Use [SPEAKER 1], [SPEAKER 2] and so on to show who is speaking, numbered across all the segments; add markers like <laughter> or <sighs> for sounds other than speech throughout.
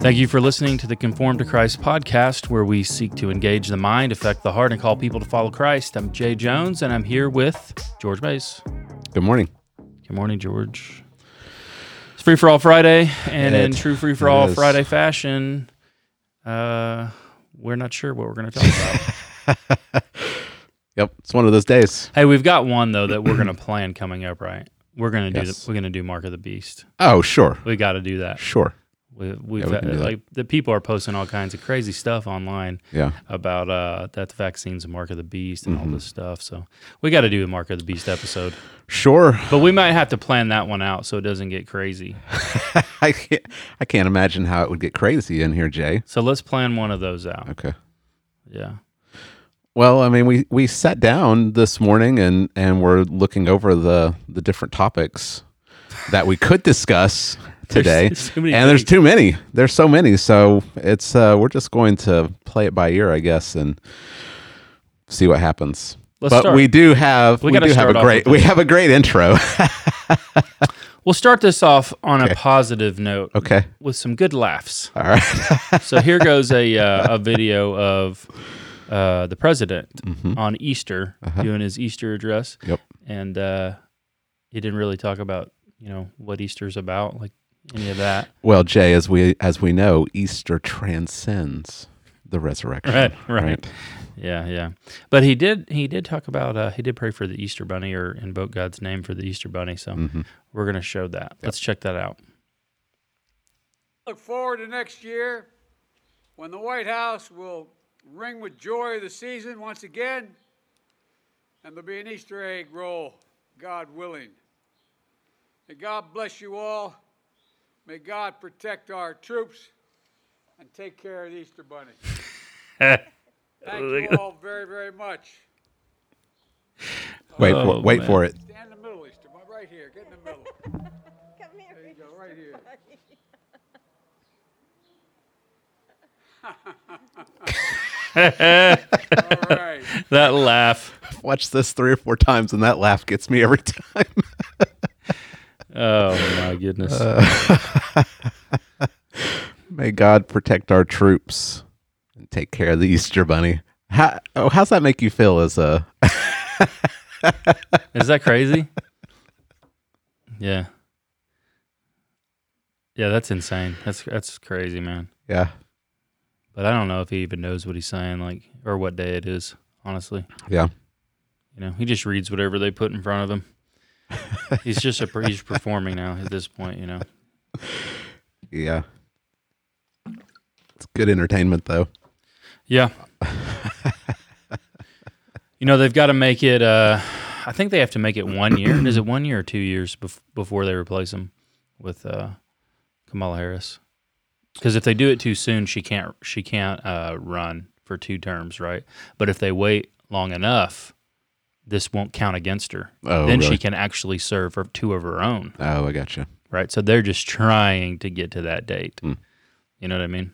[SPEAKER 1] Thank you for listening to the Conform to Christ podcast, where we seek to engage the mind, affect the heart, and call people to follow Christ. I'm Jay Jones, and I'm here with George Bays.
[SPEAKER 2] Good morning.
[SPEAKER 1] Good morning, George. It's Free for All Friday, and in
[SPEAKER 2] It
[SPEAKER 1] true Free for All
[SPEAKER 2] is.
[SPEAKER 1] Friday fashion, uh, we're not sure what we're going to talk
[SPEAKER 2] <laughs>
[SPEAKER 1] about.
[SPEAKER 2] Yep, it's one of those days.
[SPEAKER 1] hey, we've got one though that we're going to plan coming up, right? We're going to do
[SPEAKER 2] Yes.
[SPEAKER 1] the, we're going to do Mark of the Beast.
[SPEAKER 2] Oh, sure,
[SPEAKER 1] We got to do that.
[SPEAKER 2] sure.
[SPEAKER 1] We, we've
[SPEAKER 2] Yeah, we can do that.
[SPEAKER 1] like the people are posting all kinds of crazy stuff online.
[SPEAKER 2] Yeah,
[SPEAKER 1] about uh, that the vaccine's a mark of the beast and all
[SPEAKER 2] Mhm.
[SPEAKER 1] this stuff. So we got to do a mark of the beast episode,
[SPEAKER 2] sure. <laughs>
[SPEAKER 1] but we might have to plan that one out so it doesn't get crazy.
[SPEAKER 2] I can't, I can't imagine how it would get crazy in here, Jay.
[SPEAKER 1] So let's plan one of those out.
[SPEAKER 2] Okay.
[SPEAKER 1] Yeah,
[SPEAKER 2] Well, I mean, we we sat down this morning and and we're looking over the the different topics that we could discuss
[SPEAKER 1] <laughs>
[SPEAKER 2] today.
[SPEAKER 1] There's too many
[SPEAKER 2] and there's
[SPEAKER 1] things.
[SPEAKER 2] too many. There's so many. So it's uh, we're just going to play it by ear, I guess, and see what happens.
[SPEAKER 1] Let's
[SPEAKER 2] but
[SPEAKER 1] start.
[SPEAKER 2] we do have
[SPEAKER 1] We
[SPEAKER 2] we,
[SPEAKER 1] gotta
[SPEAKER 2] do have
[SPEAKER 1] start
[SPEAKER 2] a
[SPEAKER 1] off
[SPEAKER 2] great
[SPEAKER 1] with
[SPEAKER 2] we have a great intro. <laughs>
[SPEAKER 1] we'll start this off on a positive note
[SPEAKER 2] okay.
[SPEAKER 1] with some good laughs.
[SPEAKER 2] All
[SPEAKER 1] <laughs>
[SPEAKER 2] right.
[SPEAKER 1] So here goes a uh, a video of. Uh, the president on Easter doing his Easter address,
[SPEAKER 2] Mm-hmm. Uh-huh. Yep.
[SPEAKER 1] and uh, he didn't really talk about you know what Easter's about, like any of that.
[SPEAKER 2] Well, Jay, as we as we know, Easter transcends the resurrection.
[SPEAKER 1] Right, <laughs> right. Yeah, yeah. But he did he did talk about uh he did pray for the Easter bunny or invoke God's name for the Easter bunny. So we're going to show that. Let's check that out.
[SPEAKER 3] Look forward to next year when the White House will ring with joy the season once again, and there'll be an Easter egg roll, God willing. May God bless you all. May God protect our troops and take care of the Easter Bunny. Thank you all very, very much.
[SPEAKER 2] Wait,
[SPEAKER 1] Oh,
[SPEAKER 2] for, wait
[SPEAKER 1] man.
[SPEAKER 2] for it.
[SPEAKER 3] Stand in the middle, Easter Bunny, right here. Get in the middle.
[SPEAKER 4] <laughs> Come here.
[SPEAKER 3] There you go, right here. <laughs> All right.
[SPEAKER 1] That laugh.
[SPEAKER 2] Watch this three or four times, and that laugh gets me every <laughs> time.
[SPEAKER 1] Oh my goodness.
[SPEAKER 2] May God protect our troops and take care of the Easter Bunny. How oh, how's that make you feel as a
[SPEAKER 1] Is that crazy? Yeah. Yeah, that's insane. That's that's crazy, man.
[SPEAKER 2] yeah?
[SPEAKER 1] But I don't know if he even knows what he's saying like or what day it is, honestly.
[SPEAKER 2] Yeah.
[SPEAKER 1] You know, he just reads whatever they put in front of him. he's just a he's performing now at this point, you know.
[SPEAKER 2] Yeah. It's good entertainment though.
[SPEAKER 1] Yeah. you know, they've got to make it, uh, I think they have to make it one year. Is it one year or two years bef- before they replace him with uh, Kamala Harris? Because if they do it too soon, she can't she can't uh, run for two terms, right? But if they wait long enough, this won't count against her.
[SPEAKER 2] Oh,
[SPEAKER 1] then she
[SPEAKER 2] really?
[SPEAKER 1] can actually serve for two of her own,
[SPEAKER 2] Oh, I gotcha.
[SPEAKER 1] right? So they're just trying to get to that date.
[SPEAKER 2] Hmm.
[SPEAKER 1] You know what I mean?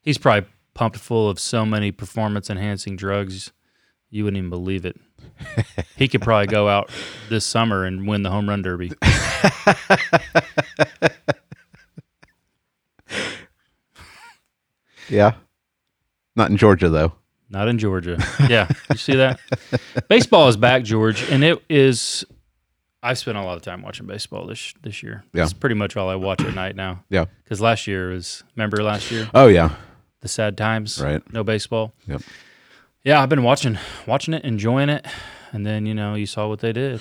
[SPEAKER 1] He's probably pumped full of so many performance enhancing drugs, you wouldn't even believe
[SPEAKER 2] <laughs>
[SPEAKER 1] it. he could probably go out this summer and win the home run derby.
[SPEAKER 2] Yeah. Not in Georgia though.
[SPEAKER 1] Not in Georgia. Yeah, you see that? baseball is back, George, and it is. I've spent a lot of time watching baseball this this year.
[SPEAKER 2] Yeah.
[SPEAKER 1] it's pretty much all I watch at night now.
[SPEAKER 2] Yeah.
[SPEAKER 1] because last year was remember last year
[SPEAKER 2] Oh yeah.
[SPEAKER 1] the sad times.
[SPEAKER 2] Right.
[SPEAKER 1] no baseball.
[SPEAKER 2] Yep.
[SPEAKER 1] Yeah, I've been watching watching it, enjoying it, and then you know you saw what they did.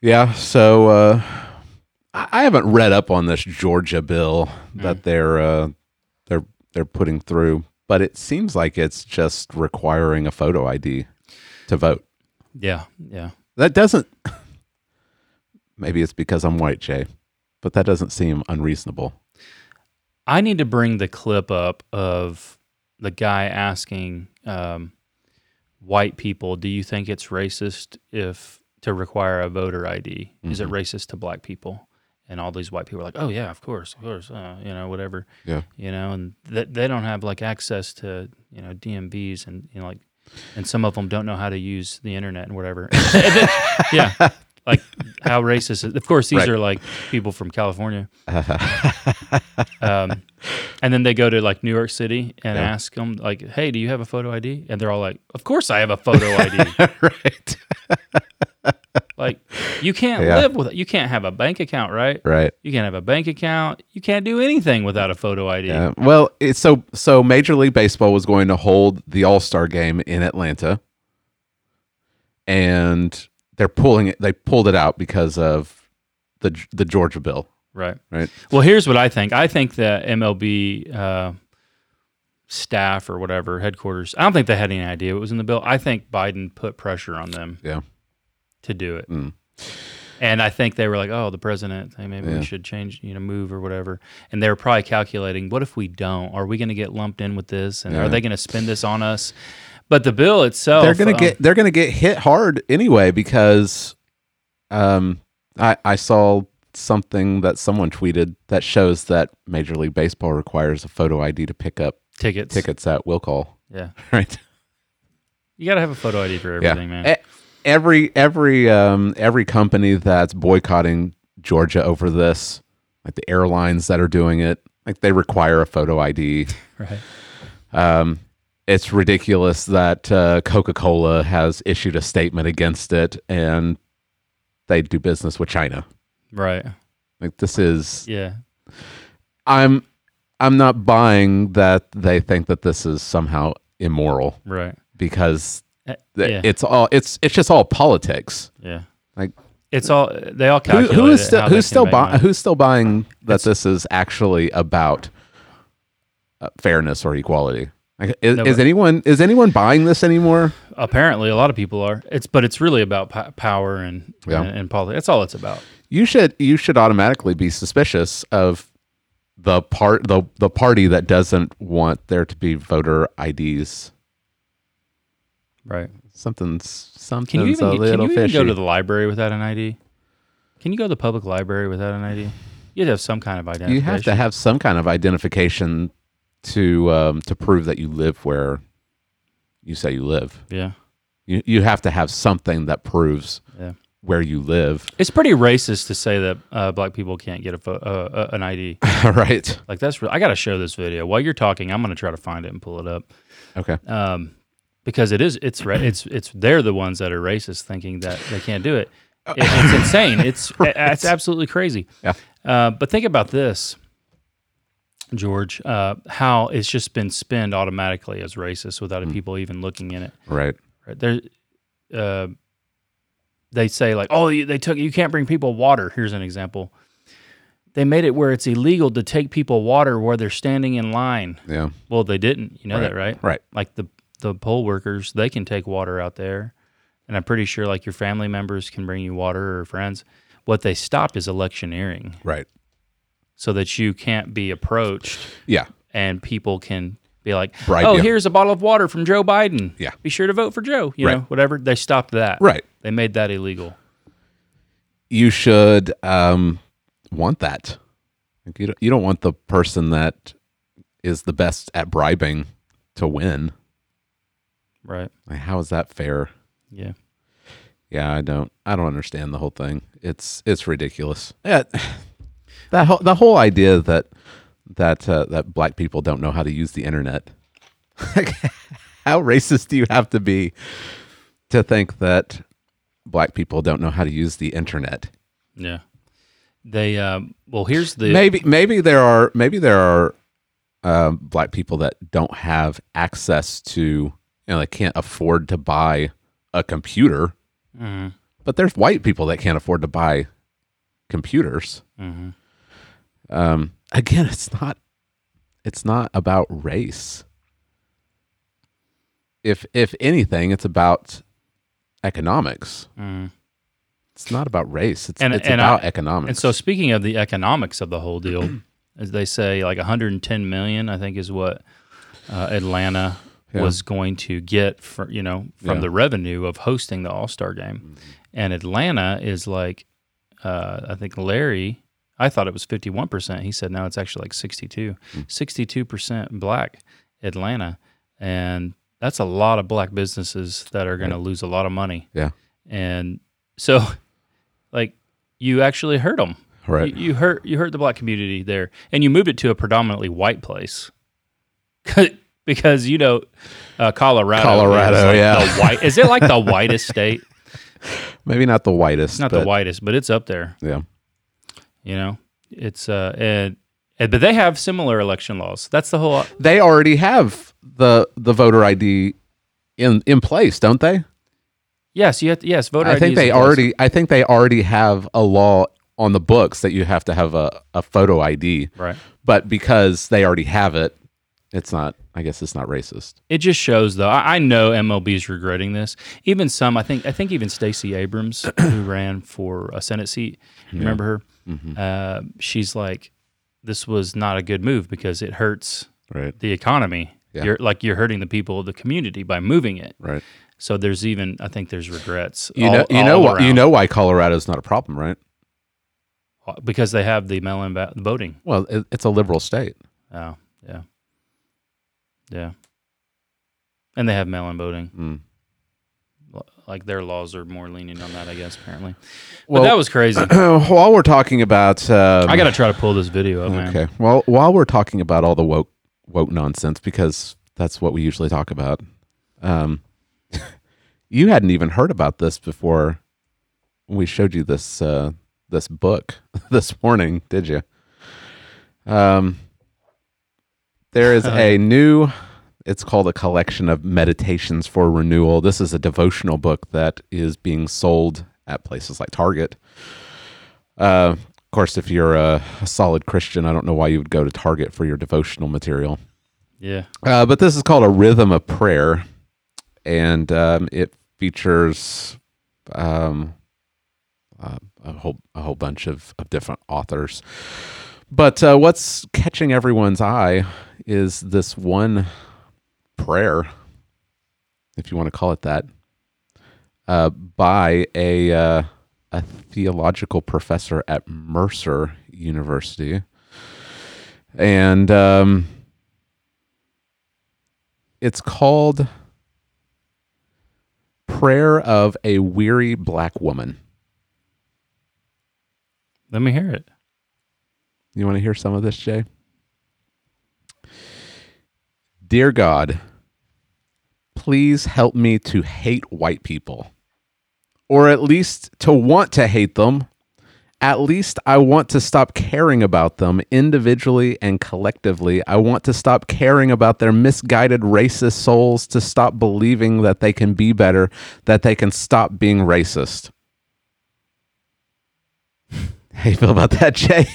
[SPEAKER 2] Yeah. So uh, I I haven't read up on this Georgia bill that they're uh, they're they're putting through, but it seems like it's just requiring a photo ID to vote.
[SPEAKER 1] Yeah, yeah.
[SPEAKER 2] That doesn't. <laughs> Maybe it's because I'm white, Jay, but that doesn't seem unreasonable.
[SPEAKER 1] I need to bring the clip up of the guy asking um, white people, "Do you think it's racist if to require a voter ID? Is it racist to black people?" And all these white people are like, "Oh yeah, of course, of course, uh, you know, whatever,
[SPEAKER 2] Yeah.
[SPEAKER 1] you know." And th- they don't have like access to you know DMVs and you know like, and some of them don't know how to use the internet and whatever. <laughs> yeah, Like how racist? Is, of course, these
[SPEAKER 2] Right.
[SPEAKER 1] are like people from California. um, and then they go to like New York City and
[SPEAKER 2] Yeah.
[SPEAKER 1] ask 'em ask them like, "Hey, do you have a photo ID?" And they're all like, "Of course, I have a photo
[SPEAKER 2] <laughs>
[SPEAKER 1] ID."
[SPEAKER 2] <laughs> right.
[SPEAKER 1] like, you can't
[SPEAKER 2] Yeah.
[SPEAKER 1] live with it. You can't have a bank account, right?
[SPEAKER 2] Right.
[SPEAKER 1] You can't have a bank account. You can't do anything without a photo ID.
[SPEAKER 2] Yeah. Well, it's so so Major League Baseball was going to hold the All Star Game in Atlanta, and they're pulling it. They pulled it out because of the the Georgia bill.
[SPEAKER 1] Right.
[SPEAKER 2] Right.
[SPEAKER 1] Well, here's what I think. I think the MLB uh, staff or whatever headquarters. I don't think they had any idea what was in the bill. I think Biden put pressure on them.
[SPEAKER 2] Yeah.
[SPEAKER 1] To do it.
[SPEAKER 2] Mm.
[SPEAKER 1] And I think they were like, "Oh, the president. Hey, maybe
[SPEAKER 2] Yeah.
[SPEAKER 1] we should change, you know, move or whatever." And they were probably calculating, "What if we don't? Are we going to get lumped in with this? And
[SPEAKER 2] Yeah.
[SPEAKER 1] are they going to spend this on us?" But the bill itself,
[SPEAKER 2] they're gonna
[SPEAKER 1] um,
[SPEAKER 2] get they're gonna get hit hard anyway because um I I saw something that someone tweeted that shows that Major League Baseball requires a photo ID to pick up
[SPEAKER 1] tickets.
[SPEAKER 2] tickets at will call. <laughs>
[SPEAKER 1] Yeah,
[SPEAKER 2] Right.
[SPEAKER 1] you got to have a photo ID for everything, man.
[SPEAKER 2] E- Every every um every company that's boycotting Georgia over this, like the airlines that are doing it, like they require a photo ID.
[SPEAKER 1] Right.
[SPEAKER 2] Um, it's ridiculous that uh, Coca Cola has issued a statement against it, and they do business with China.
[SPEAKER 1] Right.
[SPEAKER 2] Like this is,
[SPEAKER 1] Yeah.
[SPEAKER 2] I'm, I'm not buying that they think that this is somehow immoral
[SPEAKER 1] Right.
[SPEAKER 2] because
[SPEAKER 1] Uh,
[SPEAKER 2] th-
[SPEAKER 1] yeah.
[SPEAKER 2] it's all it's it's just all politics.
[SPEAKER 1] Yeah.
[SPEAKER 2] Like
[SPEAKER 1] It's all they all
[SPEAKER 2] who,
[SPEAKER 1] calculate.
[SPEAKER 2] who is
[SPEAKER 1] it,
[SPEAKER 2] still
[SPEAKER 1] how they
[SPEAKER 2] who's
[SPEAKER 1] can
[SPEAKER 2] still
[SPEAKER 1] make
[SPEAKER 2] buying
[SPEAKER 1] money.
[SPEAKER 2] who's still buying that this is actually about uh, fairness or equality? Like, is,
[SPEAKER 1] No,
[SPEAKER 2] is
[SPEAKER 1] but-
[SPEAKER 2] anyone is anyone buying this anymore?
[SPEAKER 1] Apparently, a lot of people are. It's but it's really about po- power and
[SPEAKER 2] Yeah.
[SPEAKER 1] and, and politics. That's all it's about.
[SPEAKER 2] you should you should automatically be suspicious of the part the the party that doesn't want there to be voter IDs.
[SPEAKER 1] Right?
[SPEAKER 2] Something's something's
[SPEAKER 1] Can you
[SPEAKER 2] a
[SPEAKER 1] even can
[SPEAKER 2] little
[SPEAKER 1] you even
[SPEAKER 2] fishy.
[SPEAKER 1] go to the library without an ID? Can you go to the public library without an ID? You'd have some kind of identification.
[SPEAKER 2] you have to have some kind of identification to um, to prove that you live where you say you live.
[SPEAKER 1] Yeah.
[SPEAKER 2] You you have to have something that proves
[SPEAKER 1] Yeah.
[SPEAKER 2] where you live. <laughs>
[SPEAKER 1] It's pretty racist to say that uh, black people can't get a pho- uh, uh, an
[SPEAKER 2] <laughs>
[SPEAKER 1] ID.
[SPEAKER 2] right.
[SPEAKER 1] Like that's re- I got to show this video. While you're talking, I'm going to try to find it and pull it up.
[SPEAKER 2] Okay.
[SPEAKER 1] Um, because it is it's ra- it's it's they're the ones that are racist thinking that they can't do it. It- <laughs> it's insane. It's it's absolutely crazy.
[SPEAKER 2] Yeah.
[SPEAKER 1] Uh, but think about this, George. Uh, how it's just been spinned automatically as racist without people even looking in it.
[SPEAKER 2] Right.
[SPEAKER 1] Right? There, uh, they say like, oh, you- they took you can't bring people water. Here's an example. They made it where it's illegal to take people water where they're standing in line.
[SPEAKER 2] Yeah.
[SPEAKER 1] Well, they didn't. You know that, right?
[SPEAKER 2] Right.
[SPEAKER 1] like the the poll workers they can take water out there and i'm pretty sure like your family members can bring you water or friends what they stopped is electioneering
[SPEAKER 2] Right.
[SPEAKER 1] so that you can't be approached
[SPEAKER 2] Yeah.
[SPEAKER 1] and people can be like
[SPEAKER 2] Bribe
[SPEAKER 1] oh
[SPEAKER 2] you.
[SPEAKER 1] here's a bottle of water from joe biden
[SPEAKER 2] Yeah.
[SPEAKER 1] be sure to vote for joe you know
[SPEAKER 2] Right.
[SPEAKER 1] whatever they stopped that
[SPEAKER 2] Right.
[SPEAKER 1] they made that illegal
[SPEAKER 2] you should um, want that. Like you don't, you don't want the person that is the best at bribing to win.
[SPEAKER 1] right
[SPEAKER 2] Like, how is that fair?
[SPEAKER 1] yeah
[SPEAKER 2] Yeah, I don't. I don't understand the whole thing. It's it's ridiculous. Yeah, <laughs> that whole, the whole idea that that uh, that black people don't know how to use the internet. <laughs> how racist do you have to be to think that black people don't know how to use the internet?
[SPEAKER 1] yeah they um, well here's the
[SPEAKER 2] maybe maybe there are maybe there are um, black people that don't have access to you know they can't afford to buy a computer
[SPEAKER 1] Mhm,
[SPEAKER 2] but there's white people that can't afford to buy computers
[SPEAKER 1] mhm.
[SPEAKER 2] um, again it's not it's not about race if if anything it's about economics
[SPEAKER 1] Mhm.
[SPEAKER 2] it's not about race it's,
[SPEAKER 1] And-
[SPEAKER 2] it's
[SPEAKER 1] and I-
[SPEAKER 2] about economics
[SPEAKER 1] And so, speaking of the economics of the whole deal, <clears throat> as they say, like 110 million, I think is what uh, Atlanta
[SPEAKER 2] Yeah.
[SPEAKER 1] was going to get for you know from
[SPEAKER 2] Yeah. Mm-hmm.
[SPEAKER 1] the revenue of hosting the All Star Game, and Atlanta is like, uh, I think Larry, I thought it was 51 percent. He said no, it's actually like 62,
[SPEAKER 2] Hmm.
[SPEAKER 1] 62 percent black Atlanta, and that's a lot of black businesses that are going to lose a lot of money
[SPEAKER 2] yeah
[SPEAKER 1] and so <laughs> you actually hurt them.
[SPEAKER 2] Right.
[SPEAKER 1] You, you hurt you hurt the black community there, and you moved it to a predominantly white place. <laughs> because you know, uh, Colorado. is
[SPEAKER 2] Colorado,
[SPEAKER 1] like
[SPEAKER 2] yeah.
[SPEAKER 1] The white is it like
[SPEAKER 2] <laughs>
[SPEAKER 1] the whitest state?
[SPEAKER 2] Maybe not the whitest.
[SPEAKER 1] It's not
[SPEAKER 2] but,
[SPEAKER 1] the whitest, but it's up there.
[SPEAKER 2] Yeah.
[SPEAKER 1] You know, it's uh, and, and but they have similar election laws. That's the whole.
[SPEAKER 2] They already have the the voter ID in in place, don't they?
[SPEAKER 1] Yes, you have to, yes. Voter
[SPEAKER 2] I
[SPEAKER 1] ID
[SPEAKER 2] think
[SPEAKER 1] is
[SPEAKER 2] they
[SPEAKER 1] in place.
[SPEAKER 2] already I think they already have a law on the books that you have to have a, a photo ID.
[SPEAKER 1] right.
[SPEAKER 2] But because they already have it, it's not I guess it's not racist.
[SPEAKER 1] It just shows, though. I, I know MLB is regretting this. Even some, I think, I think even Stacey
[SPEAKER 2] <clears throat>
[SPEAKER 1] Abrams, who ran for a Senate seat, remember her?
[SPEAKER 2] Mm-hmm.
[SPEAKER 1] Uh, she's like, this was not a good move because it hurts
[SPEAKER 2] Right.
[SPEAKER 1] the economy.
[SPEAKER 2] Yeah.
[SPEAKER 1] You're like you're hurting the people of the community by moving it.
[SPEAKER 2] Right.
[SPEAKER 1] So there's even, I think, there's regrets.
[SPEAKER 2] You
[SPEAKER 1] all-
[SPEAKER 2] know you
[SPEAKER 1] all
[SPEAKER 2] know why you
[SPEAKER 1] around.
[SPEAKER 2] know why Colorado's not a problem, right?
[SPEAKER 1] because they have the mail-in ba- voting.
[SPEAKER 2] Well, it, it's a liberal state.
[SPEAKER 1] Oh, yeah, yeah, and they have mail-in voting.
[SPEAKER 2] Mm.
[SPEAKER 1] like their laws are more lenient on that, I guess. Apparently,
[SPEAKER 2] Well-
[SPEAKER 1] but that was
[SPEAKER 2] <coughs>
[SPEAKER 1] crazy.
[SPEAKER 2] <clears throat> While we're talking about um,
[SPEAKER 1] I gotta try to pull this video up, man.
[SPEAKER 2] Okay. Well, while we're talking about all the woke woke nonsense, because that's what we usually talk about, um, <laughs> you hadn't even heard about this before we showed you this uh, this book <laughs> this morning, did you? Um, there is a new. It's called a collection of meditations for renewal. This is a devotional book that is being sold at places like Target. Uh, of course, if you're a, a solid Christian, I don't know why you would go to Target for your devotional material.
[SPEAKER 1] Yeah,
[SPEAKER 2] Uh, but this is called a rhythm of prayer, and um, it features um, uh, a whole a whole bunch of, of different authors. But uh, what's catching everyone's eye is this one prayer, if you want to call it that, uh, by a uh, a theological professor at Mercer University, and. Um, it's called prayer of a weary black woman
[SPEAKER 1] let me hear it.
[SPEAKER 2] you want to hear some of this jay dear god please help me to hate white people or at least to want to hate them at least I want to stop caring about them individually and collectively. I want to stop caring about their misguided racist souls, to stop believing that they can be better, that they can stop being racist. <laughs> How you feel about that, Jay?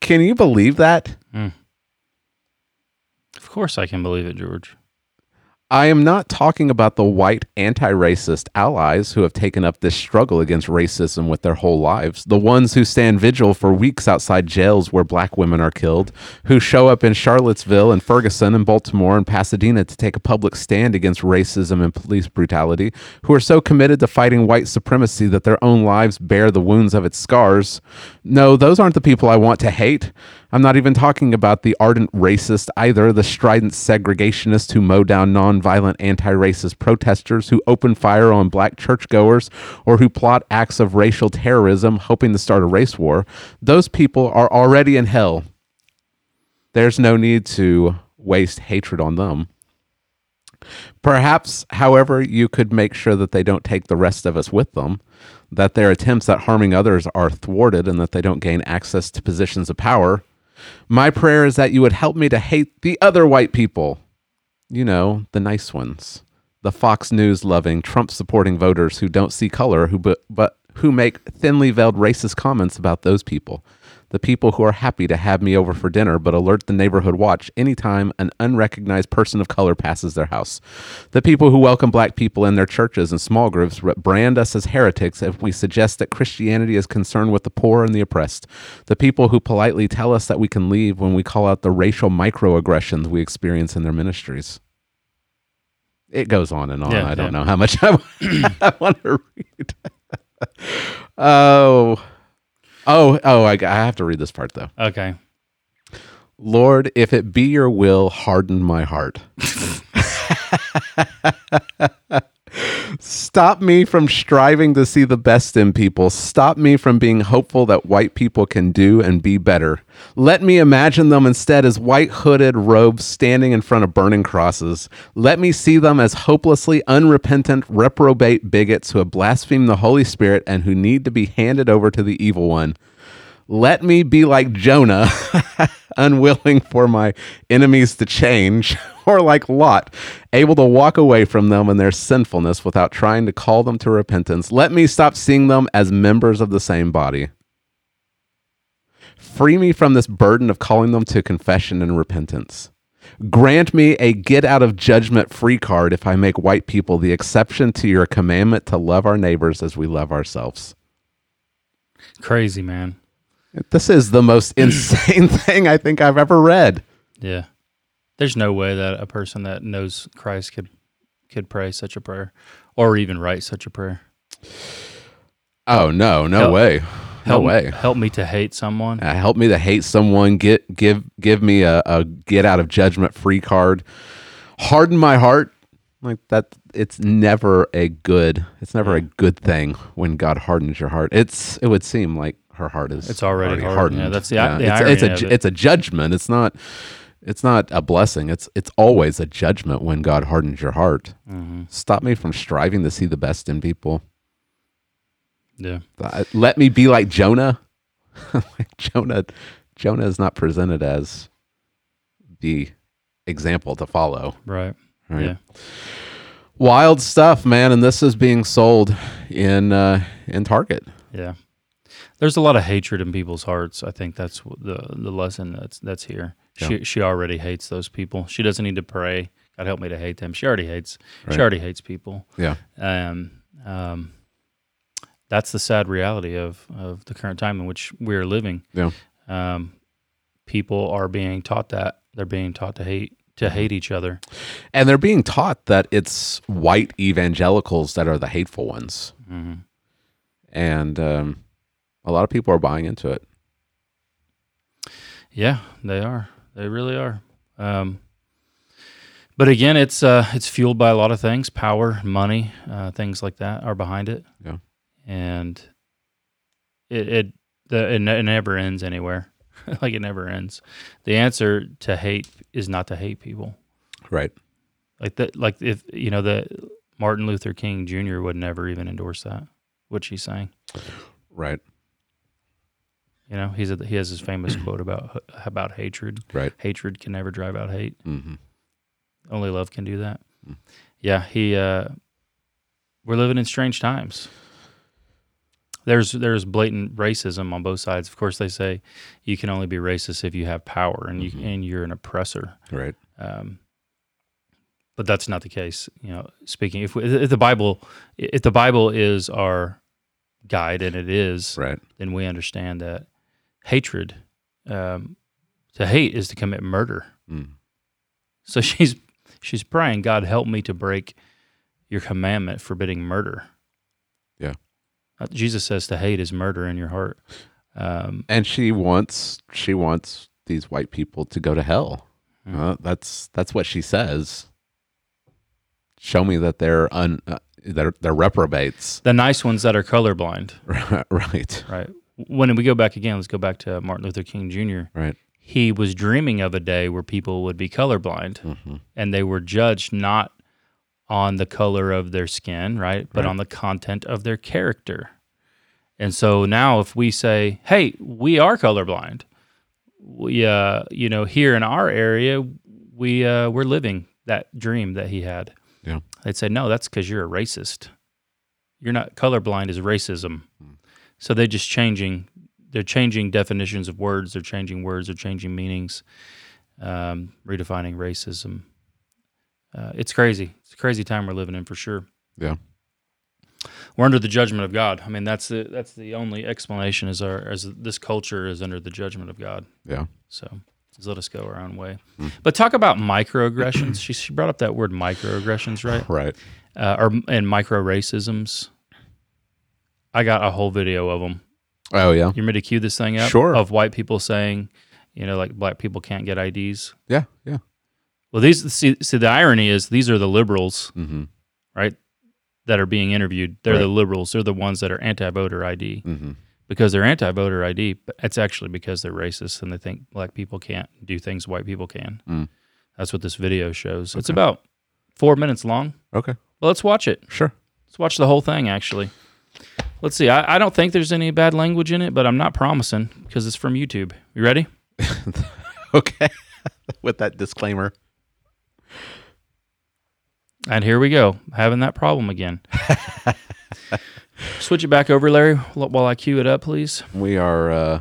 [SPEAKER 2] can you believe that?
[SPEAKER 1] Of course, I can believe it, George.
[SPEAKER 2] I am not talking about the white anti racist allies who have taken up this struggle against racism with their whole lives, the ones who stand vigil for weeks outside jails where black women are killed, who show up in Charlottesville and Ferguson and Baltimore and Pasadena to take a public stand against racism and police brutality, who are so committed to fighting white supremacy that their own lives bear the wounds of its scars. No, those aren't the people I want to hate. I'm not even talking about the ardent racist either, the strident segregationists who mow down nonviolent anti racist protesters, who open fire on black churchgoers, or who plot acts of racial terrorism hoping to start a race war. Those people are already in hell. There's no need to waste hatred on them. Perhaps, however, you could make sure that they don't take the rest of us with them, that their attempts at harming others are thwarted, and that they don't gain access to positions of power. My prayer is that you would help me to hate the other white people. You know, the nice ones, the Fox News loving, Trump supporting voters who don't see color, who but, but who make thinly veiled racist comments about those people. The people who are happy to have me over for dinner but alert the neighborhood watch anytime an unrecognized person of color passes their house. The people who welcome black people in their churches and small groups but brand us as heretics if we suggest that Christianity is concerned with the poor and the oppressed. The people who politely tell us that we can leave when we call out the racial microaggressions we experience in their ministries. It goes on and on.
[SPEAKER 1] Yeah,
[SPEAKER 2] I don't
[SPEAKER 1] yeah.
[SPEAKER 2] know how much I, <coughs> I want to read. <laughs> oh. Oh, oh, I, I have to read this part though.
[SPEAKER 1] Okay,
[SPEAKER 2] Lord, if it be your will, harden my heart. Stop me from striving to see the best in people. Stop me from being hopeful that white people can do and be better. Let me imagine them instead as white hooded robes standing in front of burning crosses. Let me see them as hopelessly unrepentant, reprobate bigots who have blasphemed the Holy Spirit and who need to be handed over to the evil one. Let me be like Jonah, <laughs> unwilling <laughs> for my enemies to change, <laughs> or like Lot, able to walk away from them and their sinfulness without trying to call them to repentance. Let me stop seeing them as members of the same body. Free me from this burden of calling them to confession and repentance. Grant me a get out of judgment free card if I make white people the exception to your commandment to love our neighbors as we love ourselves.
[SPEAKER 1] Crazy, man.
[SPEAKER 2] This is the most insane <laughs> thing I think I've ever read.
[SPEAKER 1] Yeah. There's no way that a person that knows Christ could could pray such a prayer or even write such a prayer.
[SPEAKER 2] Oh no, no
[SPEAKER 1] Help.
[SPEAKER 2] way, no
[SPEAKER 1] Help,
[SPEAKER 2] way.
[SPEAKER 1] Help me to hate someone.
[SPEAKER 2] Uh, help me to hate someone. Get give give me a, a get out of judgment free card. Harden my heart. Like that. It's never a good. It's never
[SPEAKER 1] Mm.
[SPEAKER 2] a good thing when God hardens your heart. It's it would seem like her heart is.
[SPEAKER 1] It's already hardened. Yeah, that's the- the irony
[SPEAKER 2] it's, it's
[SPEAKER 1] of
[SPEAKER 2] a
[SPEAKER 1] it.
[SPEAKER 2] it's a judgment. It's not. It's not a blessing. It's it's always a judgment when God hardens your heart.
[SPEAKER 1] Mm-hmm.
[SPEAKER 2] Stop me from striving to see the best in people.
[SPEAKER 1] Yeah.
[SPEAKER 2] Uh, let me be like Jonah. <laughs> like Jonah, Jonah is not presented as the example to follow.
[SPEAKER 1] Right.
[SPEAKER 2] Right.
[SPEAKER 1] Yeah.
[SPEAKER 2] Wild stuff, man, and this is being sold in uh, in Target.
[SPEAKER 1] Yeah. There's a lot of hatred in people's hearts. I think that's wh- the the lesson that's that's here. She she already hates those people. She doesn't need to pray. God help me to hate them. She already hates. She already hates people.
[SPEAKER 2] Yeah,
[SPEAKER 1] Um, um, that's the sad reality of of the current time in which we're living.
[SPEAKER 2] yeah,
[SPEAKER 1] Um, people are being taught that they're being taught to hate to hate each other.
[SPEAKER 2] and they're being taught that it's white evangelicals that are the hateful ones, and um, a lot of people are buying into it.
[SPEAKER 1] Yeah, they are. They really are. Um, but again, it's uh, it's fueled by a lot of things: power, money, uh, things like that are behind it.
[SPEAKER 2] Yeah.
[SPEAKER 1] and it it the, it, ne- it never ends anywhere. <laughs> like it never ends. The answer to hate is not to hate people.
[SPEAKER 2] Right.
[SPEAKER 1] Like that. Like if you know the Martin Luther King Jr. would never even endorse that. What she's saying.
[SPEAKER 2] Right.
[SPEAKER 1] You know, he's a, he has his
[SPEAKER 2] <clears throat>
[SPEAKER 1] famous quote about about hatred.
[SPEAKER 2] Right.
[SPEAKER 1] Hatred can never drive out hate.
[SPEAKER 2] hmm
[SPEAKER 1] only love can do that. Yeah, he. Uh, we're living in strange times. There's there's blatant racism on both sides. Of course, they say you can only be racist if you have power and you and you're an oppressor.
[SPEAKER 2] Right.
[SPEAKER 1] Um, but that's not the case. You know, speaking if, we, if the Bible if the Bible is our guide and it is,
[SPEAKER 2] Right.
[SPEAKER 1] then we understand that hatred, um, to hate is to commit murder.
[SPEAKER 2] Mm.
[SPEAKER 1] So <laughs> she's she's praying, God help me to break your commandment forbidding murder.
[SPEAKER 2] Yeah.
[SPEAKER 1] Uh, Jesus says to hate is murder in your heart. Um,
[SPEAKER 2] and she wants she wants these white people to go to hell.
[SPEAKER 1] Hmm.
[SPEAKER 2] Uh, that's that's what she says. Show me that they're un uh, they're they're reprobates, <laughs>
[SPEAKER 1] the nice ones that are colorblind,
[SPEAKER 2] right?
[SPEAKER 1] right? When we go back again, let's go back to Martin Luther King Jr.
[SPEAKER 2] Right.
[SPEAKER 1] He was dreaming of a day where people would be colorblind and they were judged not on the color of their skin, right? But on the content of their character. And so now if we say, hey, we are colorblind, we, uh, you know, here in our area, we, uh, we're living that dream that he had.
[SPEAKER 2] Yeah.
[SPEAKER 1] They'd say, no, that's because you're a racist. You're not colorblind is racism. So they're just changing, they're changing definitions of words, they're changing words, they're changing meanings, um, redefining racism. Uh, it's crazy. It's a crazy time we're living in for sure.
[SPEAKER 2] Yeah.
[SPEAKER 1] We're under the judgment of God. I mean, that's the that's the only explanation is our as this culture is under the judgment of God.
[SPEAKER 2] Yeah.
[SPEAKER 1] So just let us go our own way. But talk about microaggressions. she, she brought up that word microaggressions, right?
[SPEAKER 2] Right.
[SPEAKER 1] Uh, or and micro racisms. I got a whole video of them.
[SPEAKER 2] Oh yeah.
[SPEAKER 1] You want me to cue this thing up?
[SPEAKER 2] Sure.
[SPEAKER 1] Of white people saying, you know, like black people can't get IDs.
[SPEAKER 2] Yeah. Yeah.
[SPEAKER 1] Well, these see, see the irony is these are the liberals,
[SPEAKER 2] Mhm.
[SPEAKER 1] right? that are being interviewed, they're
[SPEAKER 2] Right.
[SPEAKER 1] the liberals. They're the ones that are anti-voter ID
[SPEAKER 2] hmm
[SPEAKER 1] because they're anti-voter ID. But it's actually because they're racist and they think black people can't do things white people can.
[SPEAKER 2] Mm.
[SPEAKER 1] That's what this video shows. It's about four minutes long.
[SPEAKER 2] Okay.
[SPEAKER 1] Well, let's watch it.
[SPEAKER 2] Sure. <laughs>
[SPEAKER 1] Let's watch the whole thing. Actually, let's see. I, I don't think there's any bad language in it, but I'm not promising because it's from YouTube. You ready?
[SPEAKER 2] Okay. <laughs> With that disclaimer.
[SPEAKER 1] And here we go, having that problem again. Switch it back over, Larry, wh- while I cue it up, please.
[SPEAKER 2] We are uh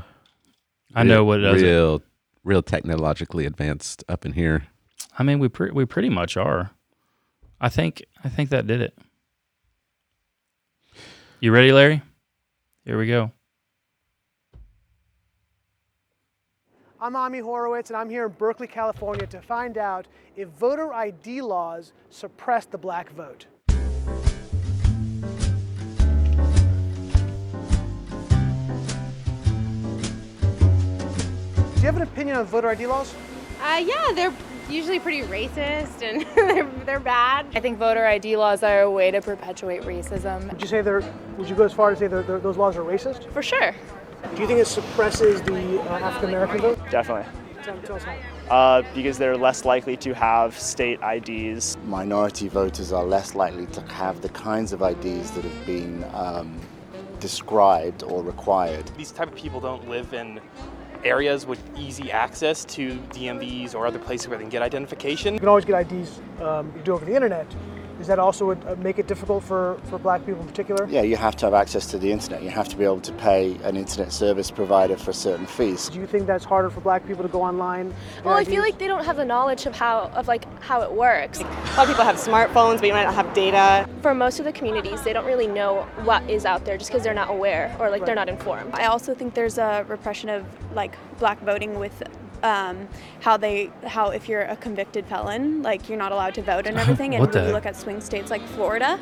[SPEAKER 1] I know what it does. it.
[SPEAKER 2] real real technologically advanced up in here.
[SPEAKER 1] I mean, we pre- we pretty much are. I think I think that did it. You ready, Larry? Here we go.
[SPEAKER 4] I'm Ami Horowitz, and I'm here in Berkeley, California to find out if voter ID laws suppress the black vote. Do you have an opinion on voter ID laws?
[SPEAKER 5] Uh, yeah, they're usually pretty racist and <laughs> they're, they're bad.
[SPEAKER 6] I think voter ID laws are a way to perpetuate racism.
[SPEAKER 4] Would you say they're, would you go as far as say that those laws are racist?
[SPEAKER 6] For sure.
[SPEAKER 4] Do you think it suppresses the uh, African American vote?
[SPEAKER 7] Definitely.
[SPEAKER 4] Tell, tell us how.
[SPEAKER 7] Uh, because they're less likely to have state IDs.
[SPEAKER 8] minority voters are less likely to have the kinds of IDs that have been um, described or required.
[SPEAKER 9] these type of people don't live in areas with easy access to DMVs or other places where they can get identification.
[SPEAKER 4] You can always get IDs um, you do over the internet. Does that also would uh, make it difficult for, for black people in particular?
[SPEAKER 8] Yeah, you have to have access to the internet. You have to be able to pay an internet service provider for certain fees.
[SPEAKER 4] Do you think that's harder for black people to go online? get
[SPEAKER 6] Well, I
[SPEAKER 4] IDs?
[SPEAKER 6] feel like they don't have the knowledge of how of like how it works.
[SPEAKER 5] A lot of people have smartphones, but you might not have data.
[SPEAKER 6] For most of the communities, they don't really know what is out there just because they're not aware or like they're not informed.
[SPEAKER 10] I also think there's a repression of like black voting with um, how they how if you're a convicted felon, like you're not allowed
[SPEAKER 1] <laughs>
[SPEAKER 10] to vote and everything.
[SPEAKER 1] What
[SPEAKER 10] and when
[SPEAKER 1] the-
[SPEAKER 10] you look at swing states like Florida,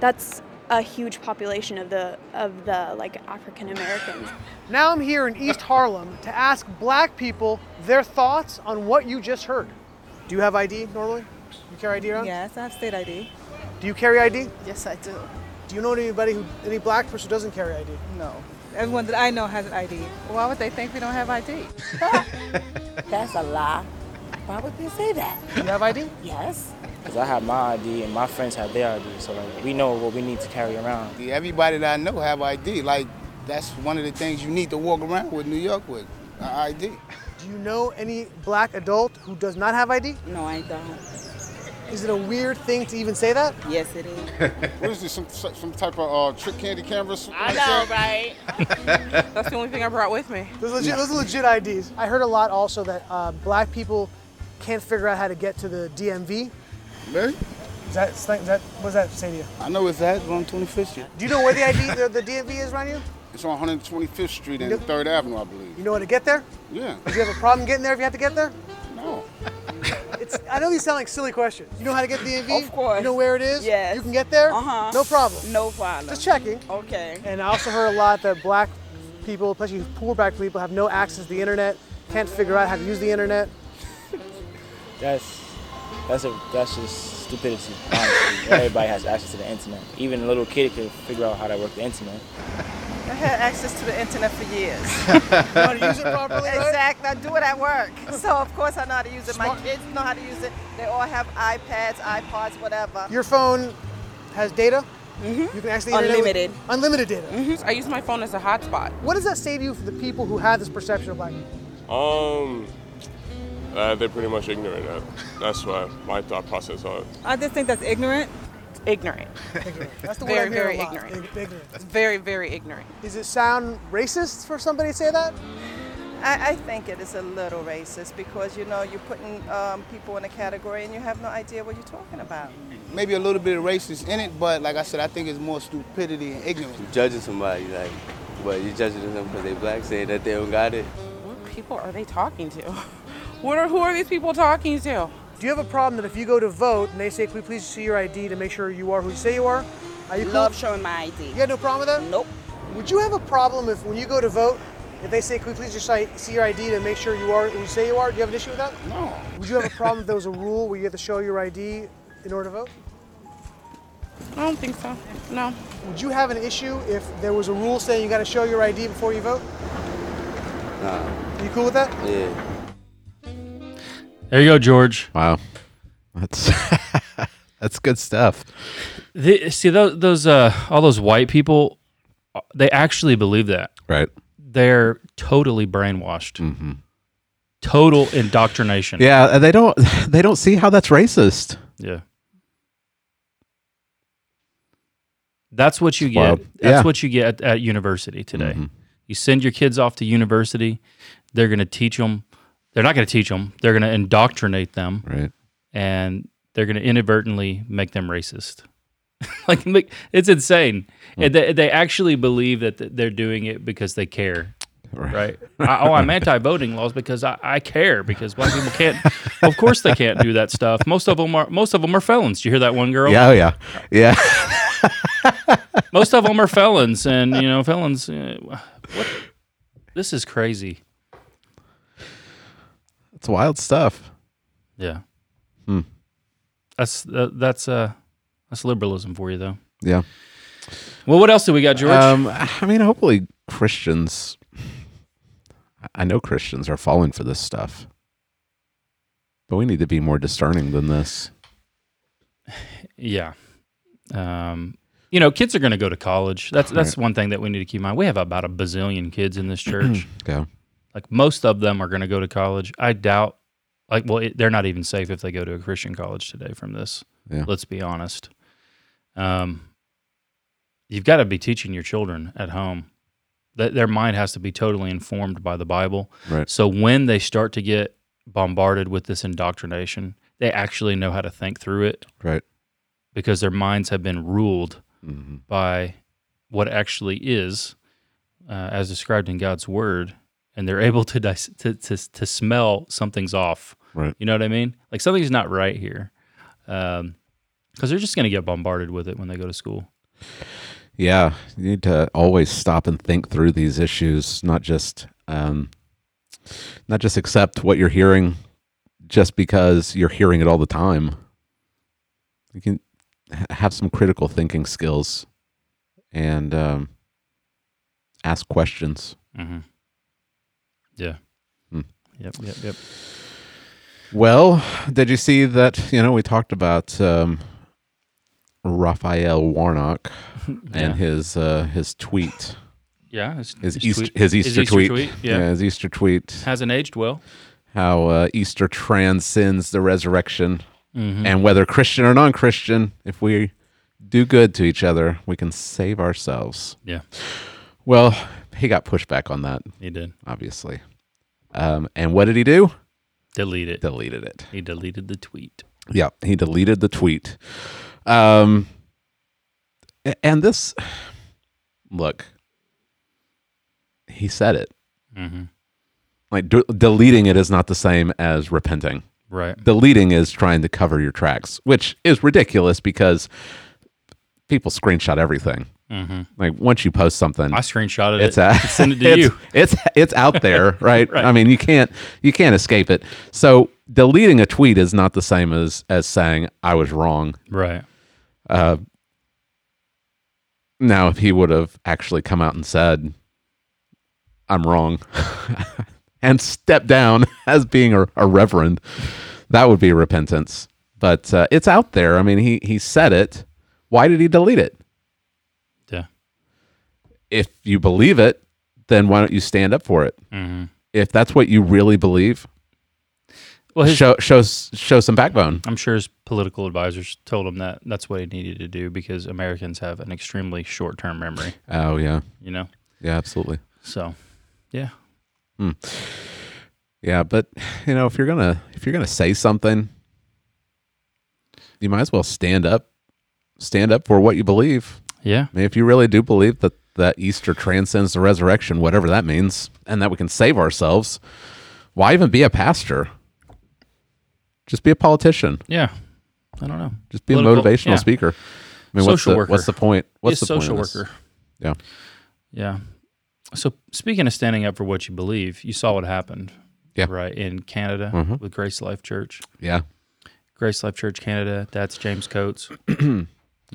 [SPEAKER 10] that's a huge population of the of the like African Americans.
[SPEAKER 4] Now I'm here in East Harlem to ask black people their thoughts on what you just heard. Do you have ID normally? You carry ID around?
[SPEAKER 11] Yes, I have state ID.
[SPEAKER 4] Do you carry ID?
[SPEAKER 11] Yes, I do.
[SPEAKER 4] Do you know anybody who any black person who doesn't carry ID?
[SPEAKER 11] No. Everyone that I know has an ID. Why would they think we don't have ID?
[SPEAKER 12] <laughs> That's a lie. Why would they say that?
[SPEAKER 4] Do you have ID?
[SPEAKER 12] Yes. Because I have my ID and my friends have their ID, so like we know what we need to carry around.
[SPEAKER 8] Everybody that I know have ID. Like that's one of the things you need to walk around with New York with, ID.
[SPEAKER 4] Do you know any black adult who does not have ID?
[SPEAKER 11] No, I don't.
[SPEAKER 4] Is it a weird thing to even say that?
[SPEAKER 11] Yes, it is.
[SPEAKER 8] What is this? Some some type of uh, trick candy cameras?
[SPEAKER 11] right? <laughs> That's the only thing I brought with me.
[SPEAKER 4] Those are legit, those are legit IDs. I heard a lot also that uh, black people can't figure out how to get to the DMV.
[SPEAKER 8] Really?
[SPEAKER 4] Is that, is that what does that say to you?
[SPEAKER 8] I know it's that. on 25th Street.
[SPEAKER 4] Do you know where the ID the, the DMV is around you?
[SPEAKER 8] It's on 125th Street and Third Avenue, I believe.
[SPEAKER 4] You know how to get there?
[SPEAKER 8] Yeah.
[SPEAKER 4] Do you have a problem getting there if you have to get there?
[SPEAKER 8] No.
[SPEAKER 4] <laughs> It's, I know these sound like silly questions. You know how to get to the DMV?
[SPEAKER 11] Of course.
[SPEAKER 4] You know where it is?
[SPEAKER 11] Yes.
[SPEAKER 4] You can get there?
[SPEAKER 11] Uh-huh.
[SPEAKER 4] No problem.
[SPEAKER 11] No problem.
[SPEAKER 4] Just checking.
[SPEAKER 11] Okay.
[SPEAKER 4] And I also heard a lot that black people, especially poor black people, have no access to the internet, can't figure out how to use the internet.
[SPEAKER 12] That's that's a that's just stupidity. Honestly, everybody has access to the internet. Even a little kid could figure out how to work the internet.
[SPEAKER 11] I had access to the internet for years.
[SPEAKER 4] You know how to use it properly? right?
[SPEAKER 11] exactly. I do it at work. So, of course, I know how to use it. My kids know how to use it. They all have iPads, iPods, whatever.
[SPEAKER 4] Your phone has data? Mm-hmm. You can access the internet. with-
[SPEAKER 11] Unlimited. Mm-hmm.
[SPEAKER 4] unlimited data.
[SPEAKER 11] I use my phone as a hotspot.
[SPEAKER 4] What does that say to you for the people who have this perception of black people?
[SPEAKER 9] Um, uh, they're pretty much ignorant of. That's why my thought process on it.
[SPEAKER 11] I just think that's ignorant. Ignorant.
[SPEAKER 4] That's the
[SPEAKER 11] Very,
[SPEAKER 4] word I'm hearing
[SPEAKER 11] very
[SPEAKER 4] a lot.
[SPEAKER 11] ignorant.
[SPEAKER 4] Ig- ignorant.
[SPEAKER 11] Very, very ignorant.
[SPEAKER 4] Does it sound racist for somebody to say that?
[SPEAKER 11] I, I think it is a little racist because you know you're putting um, people in a category and you have no idea what you're talking about.
[SPEAKER 8] Maybe a little bit of racist in it, but like I said, I think it's more stupidity and ignorance.
[SPEAKER 12] Judging somebody like, but you judging them because they black, saying that they don't got it.
[SPEAKER 11] What people are they talking to? What are who are these people talking to?
[SPEAKER 4] Do you have a problem that if you go to vote and they say, "Can we please see your ID to make sure you are who you say you are"? Are you cool?
[SPEAKER 11] showing my ID.
[SPEAKER 4] You got no problem with that?
[SPEAKER 11] Nope.
[SPEAKER 4] Would you have a problem if when you go to vote, if they say, "Can we please just si- see your ID to make sure you are who you say you are"? Do you have an issue with that?
[SPEAKER 8] No.
[SPEAKER 4] Would you have a problem if there was a rule where you have to show your ID in order to vote?
[SPEAKER 13] I don't think so. No.
[SPEAKER 4] Would you have an issue if there was a rule saying you got to show your ID before you vote?
[SPEAKER 14] Nah.
[SPEAKER 4] You cool with that?
[SPEAKER 14] Yeah.
[SPEAKER 1] There you go, George.
[SPEAKER 2] Wow, that's <laughs> that's good stuff.
[SPEAKER 1] The, see those those uh all those white people, uh, they actually believe that.
[SPEAKER 2] Right.
[SPEAKER 1] They're totally brainwashed. Total indoctrination.
[SPEAKER 2] Mm-hmm. Yeah, they don't <laughs> they don't see how that's racist.
[SPEAKER 1] Yeah. That's what you get.
[SPEAKER 2] wild.
[SPEAKER 1] That's
[SPEAKER 2] Yeah. Mm-hmm.
[SPEAKER 1] what you get at, at university today. You send your kids off to university. They're going to teach them. They're not going to teach them. They're going to indoctrinate them.
[SPEAKER 2] Right.
[SPEAKER 1] And they're going to inadvertently make them racist. <laughs> like make- it's insane.
[SPEAKER 2] Mm.
[SPEAKER 1] And they, they actually believe that th- they're doing it because they care.
[SPEAKER 2] Right.
[SPEAKER 1] I, oh, I'm anti-voting laws because I, I care because black people can't. of course, they can't do that stuff. Most of them are most of them are felons. Do you hear that one girl?
[SPEAKER 2] <laughs> Yeah, oh yeah, yeah. <laughs>
[SPEAKER 1] most of them are felons, and you know, felons. Uh, what? This is crazy.
[SPEAKER 2] It's wild stuff.
[SPEAKER 1] Yeah.
[SPEAKER 2] Hmm.
[SPEAKER 1] That's uh, that's uh that's liberalism for you, though.
[SPEAKER 2] Yeah.
[SPEAKER 1] Well, what else do we got, George?
[SPEAKER 2] Um, I mean, hopefully Christians. I know Christians are falling for this stuff, but we need to be more discerning than this.
[SPEAKER 1] yeah. Um, you know, kids are going to go to college. That's that's one thing that we need to keep in mind. We have about a bazillion kids in this church.
[SPEAKER 2] Yeah.
[SPEAKER 1] Like most of them are going to go to college. I doubt. Like, well, it, they're not even safe if they go to a Christian college today from this.
[SPEAKER 2] Yeah.
[SPEAKER 1] Let's be honest. Um, you've got to be teaching your children at home. That their mind has to be totally informed by the Bible.
[SPEAKER 2] Right.
[SPEAKER 1] So when they start to get bombarded with this indoctrination, they actually know how to think through it.
[SPEAKER 2] Right.
[SPEAKER 1] Because their minds have been ruled
[SPEAKER 2] Mm-hmm.
[SPEAKER 1] by what actually is, uh, as described in God's Word, and they're <laughs> able to, dis- to to to smell something's off.
[SPEAKER 2] Right.
[SPEAKER 1] You know what I mean? Like something's not right here, because they're just going to get bombarded with it when they go to school.
[SPEAKER 2] Yeah, you need to always stop and think through these issues, not just um, not just accept what you're hearing just because you're hearing it all the time. You can ha- have some critical thinking skills and um, ask questions.
[SPEAKER 1] Mm-hmm. Yeah.
[SPEAKER 2] Hmm.
[SPEAKER 1] Yep. Yep. Yep.
[SPEAKER 2] Well, did you see that? You know, we talked about um, Raphael Warnock
[SPEAKER 1] Yeah.
[SPEAKER 2] and his uh, his tweet.
[SPEAKER 1] Yeah, his-
[SPEAKER 2] his,
[SPEAKER 1] his
[SPEAKER 2] Easter,
[SPEAKER 1] tweet-
[SPEAKER 2] his
[SPEAKER 1] his
[SPEAKER 2] Easter
[SPEAKER 1] Easter
[SPEAKER 2] tweet.
[SPEAKER 1] tweet, yeah.
[SPEAKER 2] his Easter tweet.
[SPEAKER 1] Hasn't aged well.
[SPEAKER 2] How uh, Easter transcends the resurrection,
[SPEAKER 1] Mhm.
[SPEAKER 2] and whether Christian or non-Christian, if we do good to each other, we can save ourselves.
[SPEAKER 1] Yeah.
[SPEAKER 2] Well, he got pushback on that.
[SPEAKER 1] He did,
[SPEAKER 2] obviously. Um, and what did he do?
[SPEAKER 1] Delete it.
[SPEAKER 2] Deleted it.
[SPEAKER 1] He deleted the tweet.
[SPEAKER 2] Yeah, he deleted the tweet. Um, a- and this, look, he said it.
[SPEAKER 1] Mhm.
[SPEAKER 2] Like de- deleting it is not the same as repenting.
[SPEAKER 1] Right.
[SPEAKER 2] Deleting is trying to cover your tracks, which is ridiculous because people screenshot everything.
[SPEAKER 1] Mhm.
[SPEAKER 2] Like once you post something,
[SPEAKER 1] I screenshotted
[SPEAKER 2] it's
[SPEAKER 1] it.
[SPEAKER 2] a-
[SPEAKER 1] Send it to
[SPEAKER 2] it's-
[SPEAKER 1] you.
[SPEAKER 2] <laughs> It's it's out
[SPEAKER 1] <laughs>
[SPEAKER 2] there, right?
[SPEAKER 1] Right.
[SPEAKER 2] I mean, you can't you can't escape it. So deleting a tweet is not the same as as saying I was wrong.
[SPEAKER 1] Right.
[SPEAKER 2] Uh, now, if he would have actually come out and said, "I'm wrong," <laughs> and stepped down <laughs> as being a, a reverend, that would be repentance. But uh, it's out there. I mean, he he said it. Why did he delete it?
[SPEAKER 1] Yeah.
[SPEAKER 2] If you believe it, then why don't you stand up for it?
[SPEAKER 1] Mhm.
[SPEAKER 2] If that's what you really believe,
[SPEAKER 1] Well, his-
[SPEAKER 2] show show show some backbone.
[SPEAKER 1] I'm sure his political advisors told him that that's what he needed to do because Americans have an extremely short term memory.
[SPEAKER 2] Oh yeah,
[SPEAKER 1] You know?
[SPEAKER 2] yeah, absolutely.
[SPEAKER 1] So, yeah.
[SPEAKER 2] Hmm. Yeah, but you know, if you're gonna if you're gonna say something, you might as well stand up, stand up for what you believe.
[SPEAKER 1] Yeah.
[SPEAKER 2] I mean, if you really do believe that that Easter transcends the resurrection, whatever that means, and that we can save ourselves, why even be a pastor? Just be a politician.
[SPEAKER 1] Yeah. I don't know.
[SPEAKER 2] Just be a
[SPEAKER 1] Political-
[SPEAKER 2] motivational
[SPEAKER 1] yeah.
[SPEAKER 2] speaker. I mean, what's
[SPEAKER 1] Social
[SPEAKER 2] the,
[SPEAKER 1] worker.
[SPEAKER 2] what's the point?
[SPEAKER 1] Be
[SPEAKER 2] What's
[SPEAKER 1] a
[SPEAKER 2] the point of
[SPEAKER 1] social
[SPEAKER 2] this?
[SPEAKER 1] worker?
[SPEAKER 2] Yeah.
[SPEAKER 1] Yeah. So speaking of standing up for what you believe, you saw what happened.
[SPEAKER 2] Yeah.
[SPEAKER 1] Right in Canada
[SPEAKER 2] Mhm.
[SPEAKER 1] with Grace Life Church.
[SPEAKER 2] Yeah.
[SPEAKER 1] Grace Life Church Canada. That's James Coates.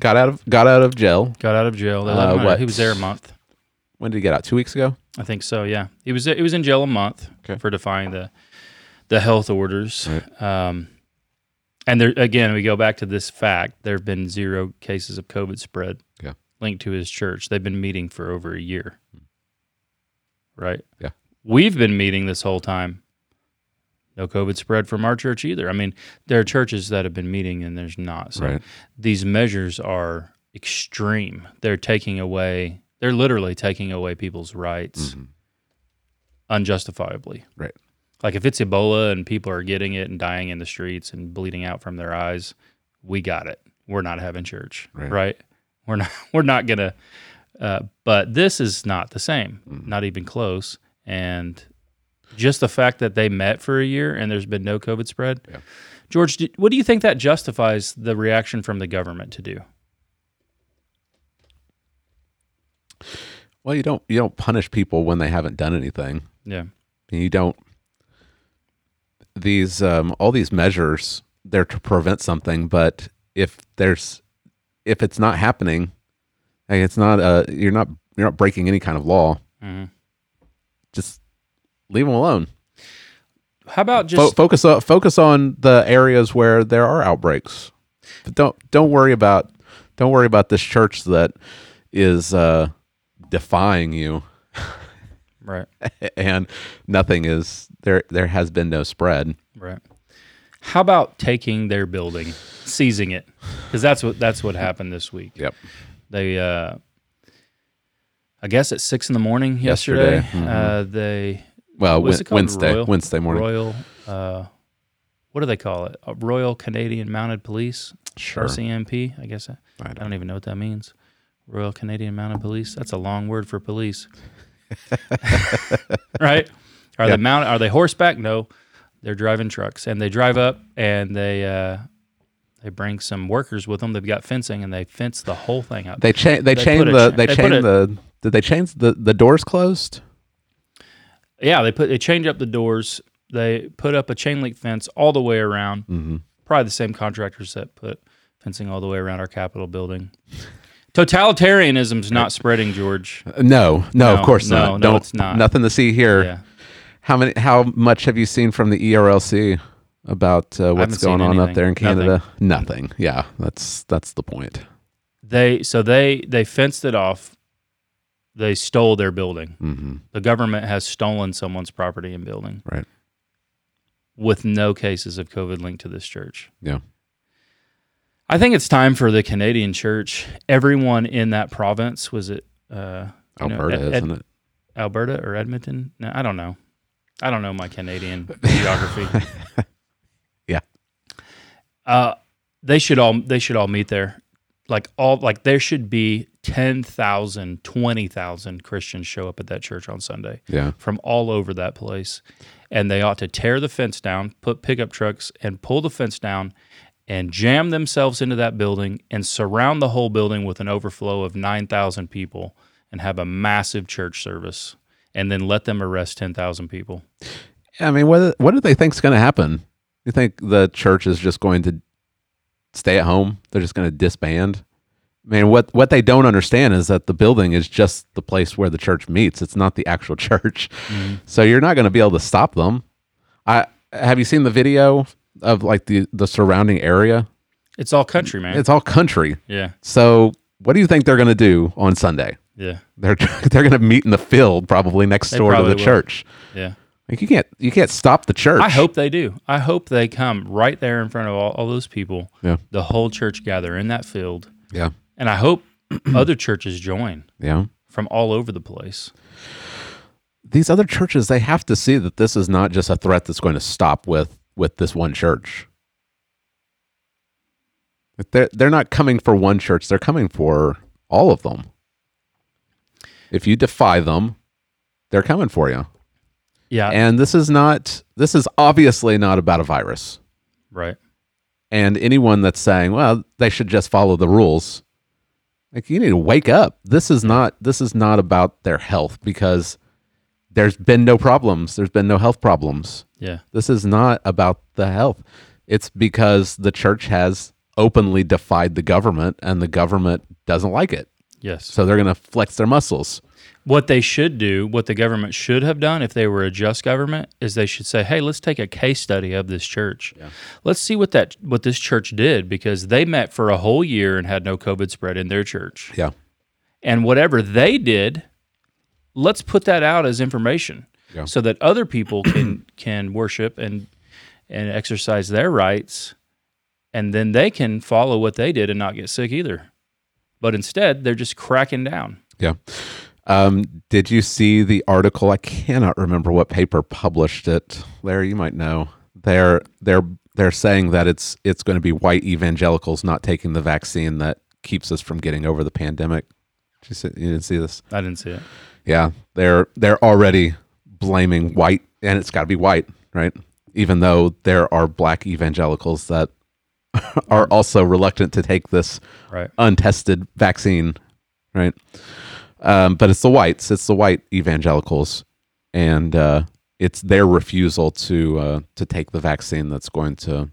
[SPEAKER 2] Got out of got out of jail.
[SPEAKER 1] Got out of jail. They
[SPEAKER 2] Uh,
[SPEAKER 1] let him out. He was there a month.
[SPEAKER 2] When did he get out? Two weeks ago.
[SPEAKER 1] I think so. Yeah, he was he was in jail a month for defying the the health orders. Um, and there again, we go back to this fact: there have been zero cases of COVID spread
[SPEAKER 2] Yeah. Hmm.
[SPEAKER 1] linked to his church. They've been meeting for over a year, right?
[SPEAKER 2] Yeah.
[SPEAKER 1] we've been meeting this whole time. No COVID spread from our church either. I mean, there are churches that have been meeting and there's not. So
[SPEAKER 2] Right.
[SPEAKER 1] these measures are extreme. They're taking away. They're literally taking away people's rights
[SPEAKER 2] Mm-hmm.
[SPEAKER 1] unjustifiably.
[SPEAKER 2] Right.
[SPEAKER 1] Like if it's Ebola and people are getting it and dying in the streets and bleeding out from their eyes, we got it. We're not having church,
[SPEAKER 2] Right.
[SPEAKER 1] right? We're not. <laughs> We're not gonna. Uh, but this is not the same. Not even close. And just the fact that they met for a year and there's been no COVID spread. George, do, what do you think that justifies the reaction from the government to do?
[SPEAKER 2] Well, you don't you don't punish people when they haven't done anything.
[SPEAKER 1] Yeah.
[SPEAKER 2] And you don't these um all these measures they're to prevent something, but if there's if it's not happening, like it's not uh you're not you're not breaking any kind of law.
[SPEAKER 1] Mhm.
[SPEAKER 2] Just leave them alone.
[SPEAKER 1] How about
[SPEAKER 2] Fo-
[SPEAKER 1] just
[SPEAKER 2] focus on focus on the areas where there are outbreaks. But don't don't worry about don't worry about this church that is uh, defying you.
[SPEAKER 1] Right.
[SPEAKER 2] and nothing is there. There has been no spread.
[SPEAKER 1] Right. How about taking their building, seizing it? Because that's what that's what happened this week.
[SPEAKER 2] Yep.
[SPEAKER 1] They, uh, I guess, at six in the morning yesterday.
[SPEAKER 2] Yesterday, mhm.
[SPEAKER 1] Uh, they
[SPEAKER 2] Well,
[SPEAKER 1] what's
[SPEAKER 2] Wed-
[SPEAKER 1] it called?
[SPEAKER 2] Wednesday-
[SPEAKER 1] Royal-
[SPEAKER 2] Wednesday morning.
[SPEAKER 1] Royal. Uh, what do they call it? Uh, Royal Canadian Mounted Police.
[SPEAKER 2] Sure.
[SPEAKER 1] RCMP. I guess. I, I don't even know what that means. Royal Canadian Mounted Police. That's a long word for
[SPEAKER 2] <laughs>
[SPEAKER 1] police. <laughs> right? Are
[SPEAKER 2] Yeah.
[SPEAKER 1] they mounted? Are they horseback? No, they're driving trucks, and they drive up and they uh, they bring some workers with them. They've got fencing, and they fence the whole thing up.
[SPEAKER 2] They cha- they,
[SPEAKER 1] put
[SPEAKER 2] chain
[SPEAKER 1] a
[SPEAKER 2] the
[SPEAKER 1] cha-
[SPEAKER 2] they,
[SPEAKER 1] put
[SPEAKER 2] chain
[SPEAKER 1] a-
[SPEAKER 2] the did they change the the doors closed?
[SPEAKER 1] yeah. They put they change up the doors. They put up a chain link fence all the way around.
[SPEAKER 2] Mhm.
[SPEAKER 1] Probably the same contractors that put fencing all the way around our Capitol building. Totalitarianism's not spreading,
[SPEAKER 2] <laughs>
[SPEAKER 1] George.
[SPEAKER 2] Uh, No, no, of course
[SPEAKER 1] no,
[SPEAKER 2] not.
[SPEAKER 1] No,
[SPEAKER 2] don't
[SPEAKER 1] it's not.
[SPEAKER 2] nothing to see here.
[SPEAKER 1] Yeah.
[SPEAKER 2] How many? How much have you seen from the E ERLC about uh, what's
[SPEAKER 1] haven't seen
[SPEAKER 2] going on up
[SPEAKER 1] anything.
[SPEAKER 2] there in
[SPEAKER 1] Nothing.
[SPEAKER 2] Canada? Nothing. Yeah, that's that's the point.
[SPEAKER 1] they so they they fenced it off they stole their building
[SPEAKER 2] Mhm.
[SPEAKER 1] the government has stolen someone's property and building
[SPEAKER 2] right
[SPEAKER 1] with no cases of covid linked to this church
[SPEAKER 2] Yeah.
[SPEAKER 1] i think it's time for the canadian church everyone in that province was it uh you know,
[SPEAKER 2] Alberta,
[SPEAKER 1] Ed- Ed-
[SPEAKER 2] isn't it?
[SPEAKER 1] alberta or edmonton no i don't know i don't know my canadian geography <laughs>
[SPEAKER 2] Yeah.
[SPEAKER 1] uh they should all they should all meet there like all like there should be 10,000 20,000 Christians show up at that church on Sunday
[SPEAKER 2] Yeah.
[SPEAKER 1] from all over that place and they ought to tear the fence down put pickup trucks and pull the fence down and jam themselves into that building and surround the whole building with an overflow of 9,000 people and have a massive church service and then let them arrest 10,000 people
[SPEAKER 2] I mean, what what do they think's going to happen? You think the church is just going to stay at home? They're just going to disband? I mean, what what they don't understand is that the building is just the place where the church meets. It's not the actual <laughs> church,
[SPEAKER 1] Mm-hmm.
[SPEAKER 2] so you're not going to be able to stop them. I have you seen the video of like the the surrounding area?
[SPEAKER 1] it's all country man
[SPEAKER 2] It's all country.
[SPEAKER 1] Yeah.
[SPEAKER 2] So what do you think they're going to do on Sunday?
[SPEAKER 1] Yeah.
[SPEAKER 2] They're <laughs> they're going to meet in the field probably next
[SPEAKER 1] They
[SPEAKER 2] door
[SPEAKER 1] probably
[SPEAKER 2] to the
[SPEAKER 1] will.
[SPEAKER 2] church.
[SPEAKER 1] Yeah.
[SPEAKER 2] Like you can't you can't stop the church.
[SPEAKER 1] I hope they do. I hope they come right there in front of all, all those people.
[SPEAKER 2] Yeah.
[SPEAKER 1] The whole church gather in that field.
[SPEAKER 2] Yeah.
[SPEAKER 1] And I hope <clears throat> other churches join.
[SPEAKER 2] Yeah.
[SPEAKER 1] From all over the place.
[SPEAKER 2] these other churches they have to see that this is not just a threat that's going to stop with with this one church But they're, they're not coming for one church they're coming for all of them if you defy them they're coming for you
[SPEAKER 1] Yeah.
[SPEAKER 2] and this is not this is obviously not about a virus
[SPEAKER 1] Right.
[SPEAKER 2] and anyone that's saying well they should just follow the rules like you need to wake up this is not this is not about their health because there's been no problems there's been no health problems
[SPEAKER 1] Yeah.
[SPEAKER 2] this is not about the health it's because the church has openly defied the government, and the government doesn't like it.
[SPEAKER 1] Yes.
[SPEAKER 2] So they're going to flex their muscles.
[SPEAKER 1] What they should do, what the government should have done if they were a just government, is they should say, "Hey, let's take a case study of this church. Let's see what that what this church did because they met for a whole year and had no COVID spread in their church.
[SPEAKER 2] Yeah.
[SPEAKER 1] And whatever they did, let's put that out as information
[SPEAKER 2] Yeah.
[SPEAKER 1] so that other people <clears throat> can can worship and and exercise their rights and then they can follow what they did and not get sick either. But instead, they're just cracking down.
[SPEAKER 2] Yeah. Um, did you see the article? I cannot remember what paper published it. Larry, you might know. They're they're they're saying that it's it's going to be white evangelicals not taking the vaccine that keeps us from getting over the pandemic. Did You, see, you didn't see this?
[SPEAKER 1] I didn't see it.
[SPEAKER 2] Yeah, they're they're already blaming white, and it's got to be white, right? Even though there are black evangelicals that <laughs> are also reluctant to take this
[SPEAKER 1] Right.
[SPEAKER 2] untested vaccine, right? Um, but it's the whites, it's the white evangelicals, and uh, it's their refusal to uh, to take the vaccine that's going to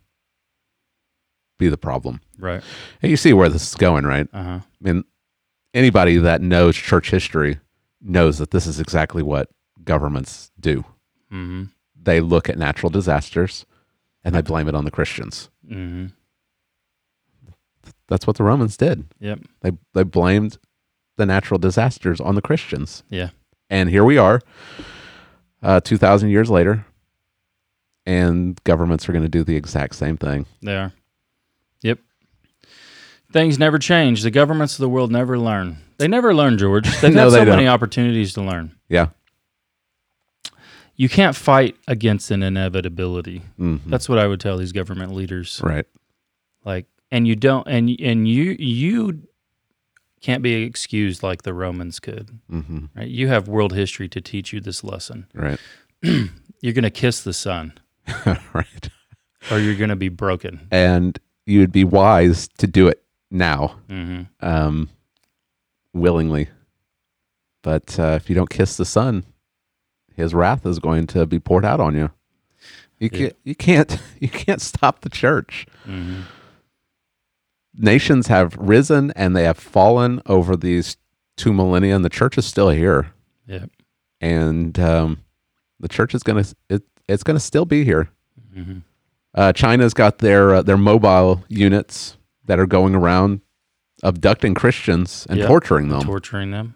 [SPEAKER 2] be the problem.
[SPEAKER 1] Right.
[SPEAKER 2] And you see where this is going, right?
[SPEAKER 1] Uh-huh.
[SPEAKER 2] I mean, anybody that knows church history knows that this is exactly what governments do.
[SPEAKER 1] Mhm.
[SPEAKER 2] They look at natural disasters and they blame it on the Christians.
[SPEAKER 1] Mm-hmm.
[SPEAKER 2] That's what the Romans did.
[SPEAKER 1] Yep.
[SPEAKER 2] They they blamed the natural disasters on the Christians.
[SPEAKER 1] Yeah.
[SPEAKER 2] And here we are, uh, two thousand years later, and governments are going to do the exact same thing.
[SPEAKER 1] They are. Yep. Things never change. The governments of the world never learn. They never learn, <laughs> George. They've
[SPEAKER 2] No,
[SPEAKER 1] had so
[SPEAKER 2] they
[SPEAKER 1] many
[SPEAKER 2] don't.
[SPEAKER 1] opportunities to learn.
[SPEAKER 2] Yeah.
[SPEAKER 1] You can't fight against an inevitability.
[SPEAKER 2] Mhm.
[SPEAKER 1] That's what I would tell these government leaders.
[SPEAKER 2] Right.
[SPEAKER 1] Like, and you don't, and and you you can't be excused like the Romans could.
[SPEAKER 2] Mhm.
[SPEAKER 1] Right. You have world history to teach you this lesson.
[SPEAKER 2] Right. <laughs>
[SPEAKER 1] you're gonna kiss the sun.
[SPEAKER 2] right.
[SPEAKER 1] Or you're gonna be broken.
[SPEAKER 2] And you would be wise to do it now,
[SPEAKER 1] Mhm.
[SPEAKER 2] um, willingly. But uh, if you don't kiss the sun, his wrath is going to be poured out on you. You
[SPEAKER 1] Yeah.
[SPEAKER 2] can't. You can't. <laughs> You can't stop the church.
[SPEAKER 1] Mhm.
[SPEAKER 2] Nations have risen and they have fallen over these two millennia, and the church is still here.
[SPEAKER 1] Yep.
[SPEAKER 2] And um, the church is gonna. It, it's gonna still be here.
[SPEAKER 1] Mhm.
[SPEAKER 2] Uh, China's got their uh, their mobile units that are going around abducting Christians and
[SPEAKER 1] Yep.
[SPEAKER 2] torturing them.
[SPEAKER 1] Torturing them.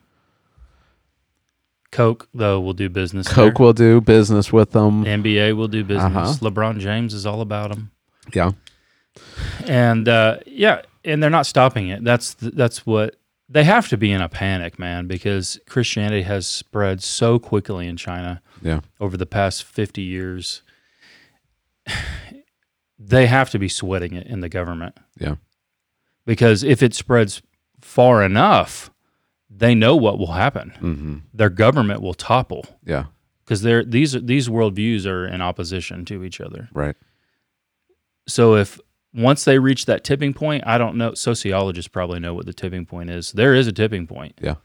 [SPEAKER 1] Coke though will do business. there.
[SPEAKER 2] Coke will do business with them.
[SPEAKER 1] NBA will do business.
[SPEAKER 2] Uh-huh.
[SPEAKER 1] LeBron James is all about them,
[SPEAKER 2] Yeah.
[SPEAKER 1] and uh, yeah, and they're not stopping it. That's th- that's what they have to be in a panic, man, because Christianity has spread so quickly in China.
[SPEAKER 2] Yeah.
[SPEAKER 1] over the past fifty years, <sighs> they have to be sweating it in the government.
[SPEAKER 2] Yeah.
[SPEAKER 1] because if it spreads far enough, they know what will happen.
[SPEAKER 2] Mhm.
[SPEAKER 1] Their government will topple.
[SPEAKER 2] Yeah.
[SPEAKER 1] because they're these these worldviews are in opposition to each other.
[SPEAKER 2] Right.
[SPEAKER 1] So if once they reach that tipping point, I don't know. Sociologists probably know what the tipping point is. There is a tipping point.
[SPEAKER 2] Yeah.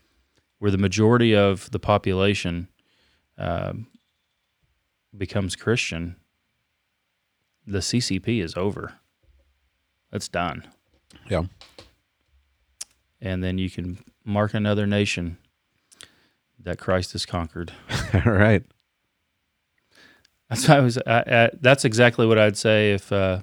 [SPEAKER 1] where the majority of the population um, becomes Christian, the CCP is over. That's done.
[SPEAKER 2] Yeah. <laughs>
[SPEAKER 1] And then you can mark another nation that Christ has conquered.
[SPEAKER 2] All right.
[SPEAKER 1] That's what I was. I, I, that's exactly what I'd say if, uh,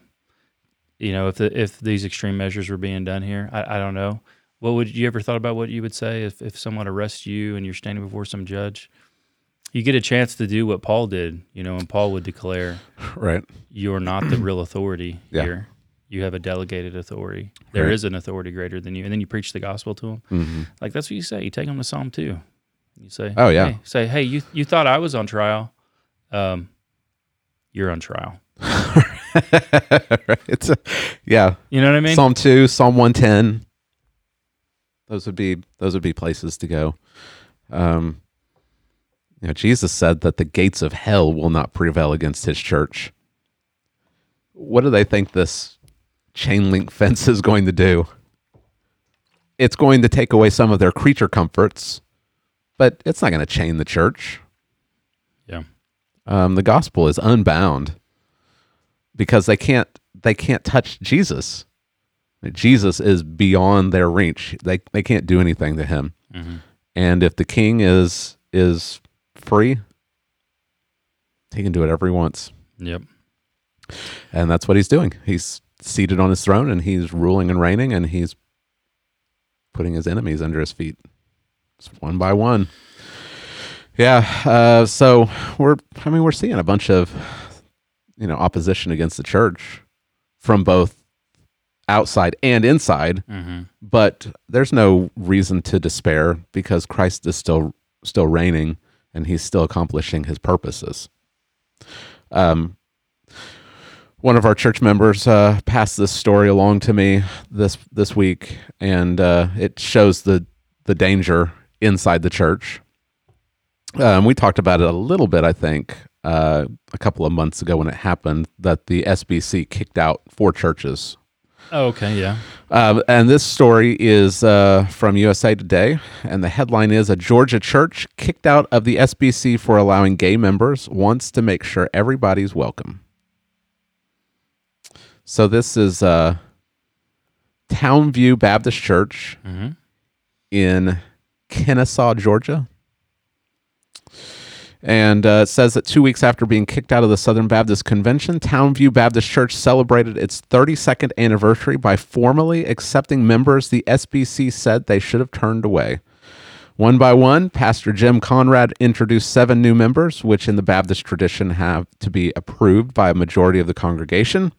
[SPEAKER 1] you know, if the, if these extreme measures were being done here. I, I don't know. What would you ever thought about what you would say if, if someone arrests you and you're standing before some judge? You get a chance to do what Paul did, you know, and Paul would declare,
[SPEAKER 2] Right. <laughs>
[SPEAKER 1] You're not the real authority
[SPEAKER 2] <clears throat> Yeah.
[SPEAKER 1] here. You have a delegated authority. There is
[SPEAKER 2] Right.
[SPEAKER 1] an authority greater than you, and then you preach the gospel to them.
[SPEAKER 2] Mhm.
[SPEAKER 1] Like that's what you say. You take them to Psalm two. You say,
[SPEAKER 2] Oh, yeah.
[SPEAKER 1] hey, say, hey, you you thought I was on trial. Um, you're on trial.
[SPEAKER 2] <laughs> It's a- yeah.
[SPEAKER 1] You know what I mean?
[SPEAKER 2] Psalm two, Psalm one ten. Those would be those would be places to go. Um, you know, Jesus said that the gates of hell will not prevail against his church. What do they think this chain link <laughs> fence is going to do? It's going to take away some of their creature comforts, but it's not going to chain the church.
[SPEAKER 1] Yeah.
[SPEAKER 2] Um, the gospel is unbound because they can't they can't touch Jesus. Jesus is beyond their reach. They they can't do anything to him.
[SPEAKER 1] Mhm.
[SPEAKER 2] And if the king is is free, he can do whatever he wants.
[SPEAKER 1] Yep.
[SPEAKER 2] And that's what he's doing. He's seated on his throne and he's ruling and reigning and he's putting his enemies under his feet. It's one by one. Yeah. Uh, so we're, I mean, we're seeing a bunch of, you know, opposition against the church from both outside and inside.
[SPEAKER 1] Mhm.
[SPEAKER 2] But there's no reason to despair because Christ is still still reigning and he's still accomplishing his purposes. Um, one of our church members uh, passed this story along to me this this week, and uh, it shows the the danger inside the church. Um, we talked about it a little bit, I think, uh, a couple of months ago when it happened that the SBC kicked out four churches.
[SPEAKER 1] Oh, okay, yeah.
[SPEAKER 2] Um, and this story is uh, from USA Today, and the headline is A Georgia church kicked out of the SBC for allowing gay members wants to make sure everybody's welcome. So this is uh, Townview Baptist Church
[SPEAKER 1] Mhm.
[SPEAKER 2] in Kennesaw, Georgia. And uh, it says that two weeks after being kicked out of the Southern Baptist Convention, Townview Baptist Church celebrated its 32nd anniversary by formally accepting members the SBC said they should have turned away. One by one, Pastor Jim Conrad introduced seven new members, which in the Baptist tradition have to be approved by a majority of the congregation.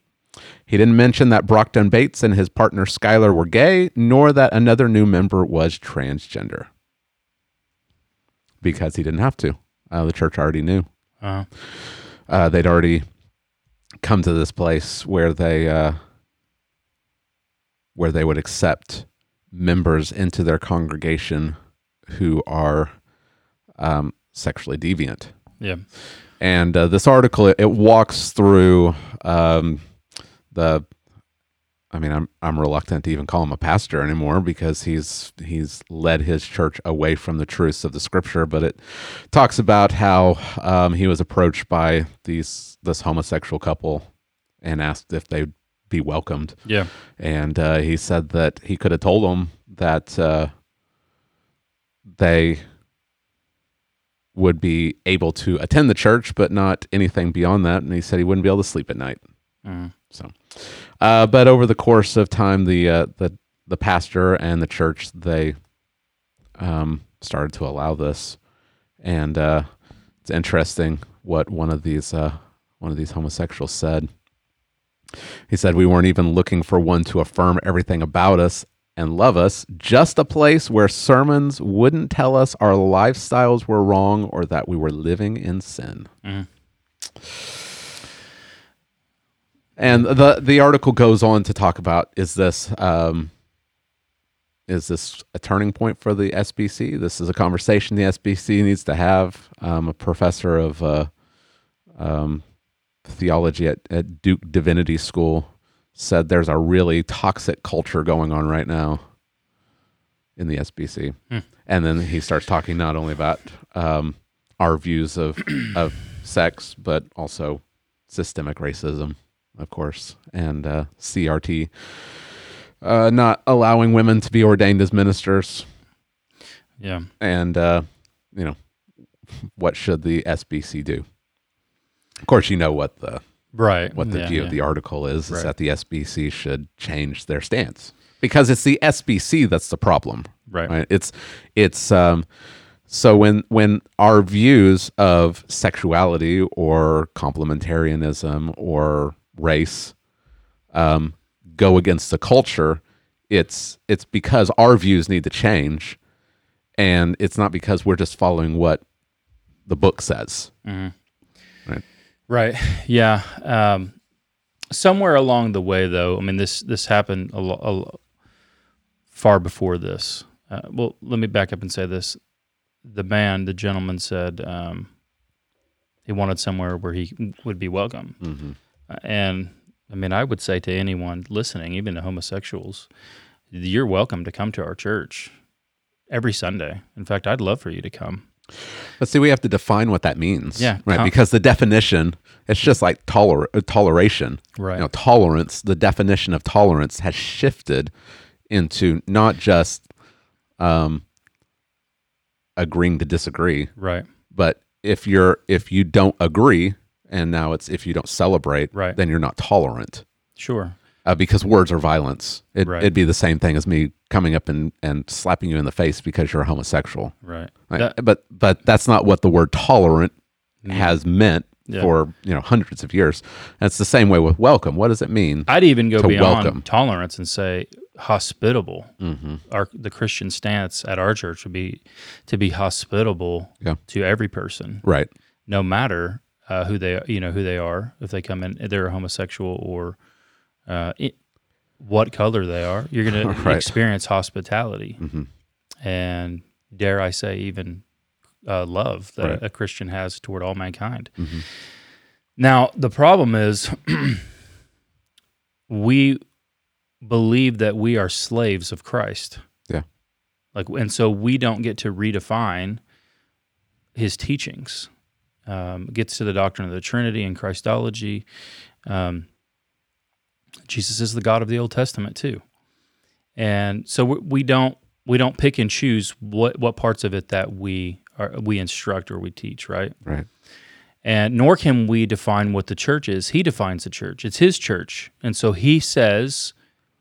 [SPEAKER 2] He didn't mention that Brockton Bates and his partner Skylar were gay, nor that another new member was transgender because he didn't have to. Uh, the church already knew.
[SPEAKER 1] Uh-huh.
[SPEAKER 2] Uh, they'd already come to this place where they uh, where they would accept members into their congregation who are um, sexually deviant.
[SPEAKER 1] Yeah.
[SPEAKER 2] And uh, this article it, it walks through um, the. I mean, I'm I'm reluctant to even call him a pastor anymore because he's he's led his church away from the truths of the scripture. But it talks about how um, he was approached by these this homosexual couple and asked if they'd be welcomed.
[SPEAKER 1] Yeah.
[SPEAKER 2] and uh, he said that he could have told them that uh, they would be able to attend the church, but not anything beyond that. And he said he wouldn't be able to sleep at night.
[SPEAKER 1] Mm.
[SPEAKER 2] So, uh, but over the course of time, the uh, the the pastor and the church they um, started to allow this, and uh, it's interesting what one of these uh, one of these homosexuals said. He said, We weren't even looking for one to affirm everything about us and love us, just a place where sermons wouldn't tell us our lifestyles were wrong or that we were living in sin.
[SPEAKER 1] Mhm.
[SPEAKER 2] And the, the article goes on to talk about is this um, is this a turning point for the SBC? This is a conversation the SBC needs to have. Um, a professor of uh, um, theology at, at Duke Divinity School said there's a really toxic culture going on right now in the SBC.
[SPEAKER 1] Hmm.
[SPEAKER 2] And then he starts talking not only about um, our views of, of sex, but also systemic racism, of course, and uh, CRT. Uh, not allowing women to be ordained as ministers.
[SPEAKER 1] Yeah.
[SPEAKER 2] And, uh, you know, what should the SBC do? Of course, you know what the
[SPEAKER 1] Right.
[SPEAKER 2] what the
[SPEAKER 1] Yeah,
[SPEAKER 2] view
[SPEAKER 1] yeah.
[SPEAKER 2] of the article is
[SPEAKER 1] Right.
[SPEAKER 2] is that the SBC should change their stance because it's the SBC that's the problem.
[SPEAKER 1] Right.
[SPEAKER 2] It's it's um so when when our views of sexuality or complementarianism or race um, go against the culture, it's it's because our views need to change, and it's not because we're just following what the book says.
[SPEAKER 1] Mhm.
[SPEAKER 2] Right.
[SPEAKER 1] Right. <laughs> Yeah. Um, somewhere along the way, though, I mean this this happened a, lo- a lo- far before this. Uh, well, let me back up and say this: the man, the gentleman, said um, he wanted somewhere where he would be welcome,
[SPEAKER 2] Mhm.
[SPEAKER 1] Uh, and I mean, I would say to anyone listening, even to homosexuals, you're welcome to come to our church every Sunday. In fact, I'd love for you to come.
[SPEAKER 2] But see, we have to define what that means.
[SPEAKER 1] Yeah,
[SPEAKER 2] Right.
[SPEAKER 1] com-
[SPEAKER 2] because the definition, it's just like toler- uh, toleration.
[SPEAKER 1] Right.
[SPEAKER 2] You know, tolerance, the definition of tolerance has shifted into not just um, agreeing to disagree.
[SPEAKER 1] Right.
[SPEAKER 2] But if you're, if you don't agree, and now it's if you don't celebrate,
[SPEAKER 1] Right.
[SPEAKER 2] then you're not tolerant.
[SPEAKER 1] Sure.
[SPEAKER 2] Uh, because words are violence. It,
[SPEAKER 1] Right.
[SPEAKER 2] It'd be the same thing as me coming up and, and slapping you in the face because you're a homosexual.
[SPEAKER 1] Right.
[SPEAKER 2] Like,
[SPEAKER 1] That-
[SPEAKER 2] but but that's not what the word tolerant has meant
[SPEAKER 1] Yeah.
[SPEAKER 2] for you know hundreds of years. And it's the same way with welcome. What does it mean?
[SPEAKER 1] I'd even go
[SPEAKER 2] to
[SPEAKER 1] beyond
[SPEAKER 2] welcome.
[SPEAKER 1] tolerance and say hospitable.
[SPEAKER 2] Mhm.
[SPEAKER 1] Our the Christian stance at our church would be to be hospitable
[SPEAKER 2] Yeah.
[SPEAKER 1] to every person,
[SPEAKER 2] Right.
[SPEAKER 1] No matter uh, who they you know who they are, if they come in, if they're homosexual or uh, i what color they are, you're going
[SPEAKER 2] <laughs> Right.
[SPEAKER 1] to experience hospitality,
[SPEAKER 2] Mhm.
[SPEAKER 1] and dare I say, even uh, love that
[SPEAKER 2] Right.
[SPEAKER 1] a Christian has toward all mankind.
[SPEAKER 2] Mhm.
[SPEAKER 1] Now, the problem is <clears throat> we believe that we are slaves of Christ.
[SPEAKER 2] Yeah.
[SPEAKER 1] Like and so we don't get to redefine his teachings. Um, it gets to the doctrine of the Trinity and Christology. Um, Jesus is the God of the Old Testament too, and so we, we don't we don't pick and choose what what parts of it that we are we instruct or we teach, right?
[SPEAKER 2] Right.
[SPEAKER 1] And nor can we define what the church is. He defines the church. It's his church, and so he says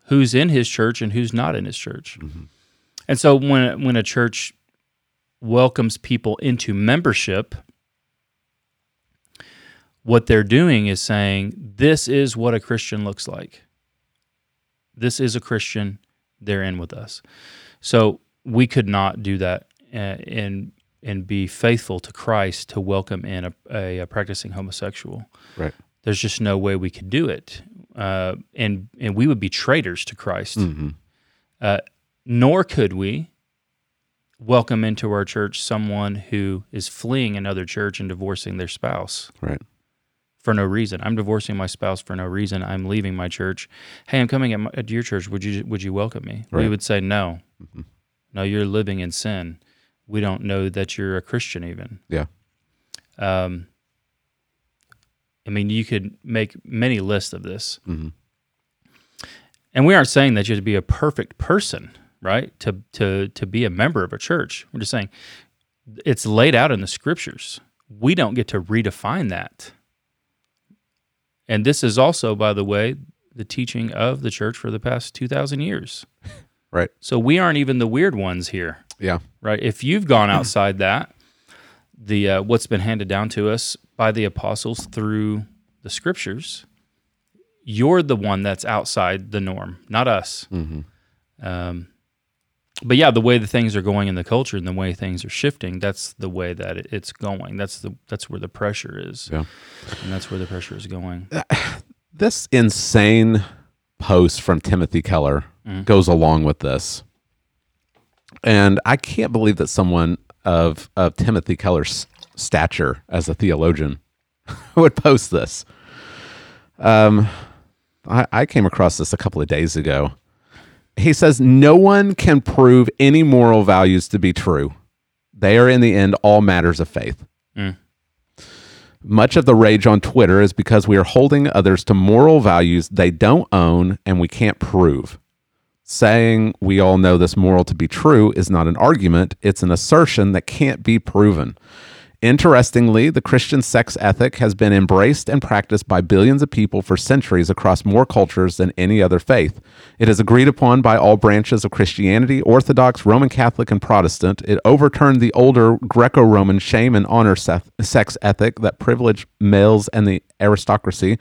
[SPEAKER 1] who's in his church and who's not in his church. And so when when a church welcomes people into membership, what they're doing is saying this is what a Christian looks like. This is a Christian. They're in with us. So we could not do that a- and and be faithful to Christ to welcome in a, a, practicing homosexual.
[SPEAKER 2] Right.
[SPEAKER 1] There's just no way we could do it, uh, and and we would be traitors to Christ.
[SPEAKER 2] Mhm.
[SPEAKER 1] Uh, nor could we welcome into our church someone who is fleeing another church and divorcing their spouse
[SPEAKER 2] Right.
[SPEAKER 1] for no reason. I'm divorcing my spouse for no reason. I'm leaving my church. Hey, I'm coming at, my, at your church. Would you would you welcome me? We
[SPEAKER 2] Right.
[SPEAKER 1] would say no. No, you're living in sin. We don't know that you're a Christian even.
[SPEAKER 2] Yeah.
[SPEAKER 1] Um. I mean, you could make many lists of this.
[SPEAKER 2] Mhm.
[SPEAKER 1] And we aren't saying that you have to be a perfect person, right? To to to be a member of a church. We're just saying it's laid out in the scriptures. We don't get to redefine that. And this is also, by the way, the teaching of the church for the past 2,000 years.
[SPEAKER 2] Right.
[SPEAKER 1] So we aren't even the weird ones here.
[SPEAKER 2] Yeah.
[SPEAKER 1] Right. If you've gone outside that, the uh, what's been handed down to us by the apostles through the scriptures, you're the one that's outside the norm, not us.
[SPEAKER 2] Mhm.
[SPEAKER 1] Um, but yeah, the way the things are going in the culture and the way things are shifting, that's the way that it- it's going. That's the that's where the pressure is.
[SPEAKER 2] Yeah.
[SPEAKER 1] And that's where the pressure is going.
[SPEAKER 2] This insane post from Timothy Keller
[SPEAKER 1] Mhm.
[SPEAKER 2] goes along with this. And I can't believe that someone of, of Timothy Keller's stature as a theologian <laughs> would post this. Um, I, I came across this a couple of days ago. He says, No one can prove any moral values to be true. They are, in the end, all matters of faith.
[SPEAKER 1] Mm.
[SPEAKER 2] Much of the rage on Twitter is because we are holding others to moral values they don't own and we can't prove. Saying we all know this moral to be true is not an argument, it's an assertion that can't be proven. Interestingly, the Christian sex ethic has been embraced and practiced by billions of people for centuries across more cultures than any other faith. It is agreed upon by all branches of Christianity Orthodox, Roman Catholic, and Protestant. It overturned the older Greco Roman shame and honor seth- sex ethic that privileged males and the aristocracy.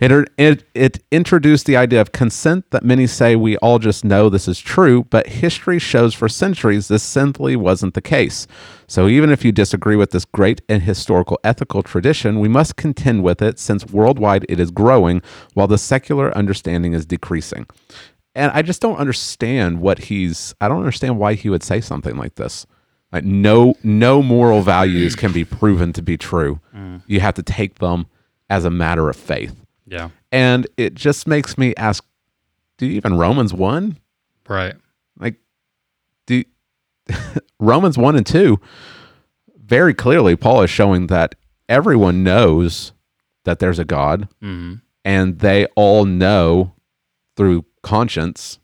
[SPEAKER 2] It, er, it, it introduced the idea of consent that many say we all just know this is true, but history shows for centuries this simply wasn't the case. So even if you disagree with this great and historical ethical tradition, we must contend with it since worldwide it is growing while the secular understanding is decreasing. And I just don't understand what he's I don't understand why he would say something like this. Like no no moral values can be proven to be true.
[SPEAKER 1] Mm.
[SPEAKER 2] You have to take them as a matter of faith.
[SPEAKER 1] Yeah.
[SPEAKER 2] And it just makes me ask do you even Romans 1?
[SPEAKER 1] Right.
[SPEAKER 2] <laughs> Like do Romans 1 and 2 very clearly Paul is showing that everyone knows that there's a God,
[SPEAKER 1] Mhm.
[SPEAKER 2] and they all know through conscience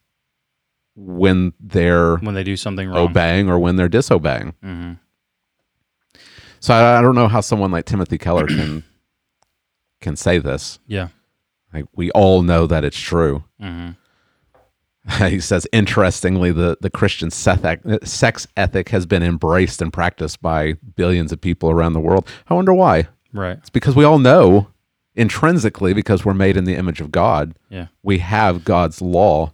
[SPEAKER 2] when they're
[SPEAKER 1] when they do
[SPEAKER 2] Oh,
[SPEAKER 1] something wrong.
[SPEAKER 2] obeying or when they're disobeying.
[SPEAKER 1] Mm-hmm.
[SPEAKER 2] So I, I don't know how someone like Timothy
[SPEAKER 1] <clears throat>
[SPEAKER 2] Keller can can say this.
[SPEAKER 1] Yeah.
[SPEAKER 2] like we all know that it's true.
[SPEAKER 1] Mhm.
[SPEAKER 2] <laughs> he says, interestingly, the the Christian seth- sex ethic has been embraced and practiced by billions of people around the world. I wonder why.
[SPEAKER 1] Right.
[SPEAKER 2] It's because we all know intrinsically, because we're made in the image of God.
[SPEAKER 1] Yeah.
[SPEAKER 2] we have God's law.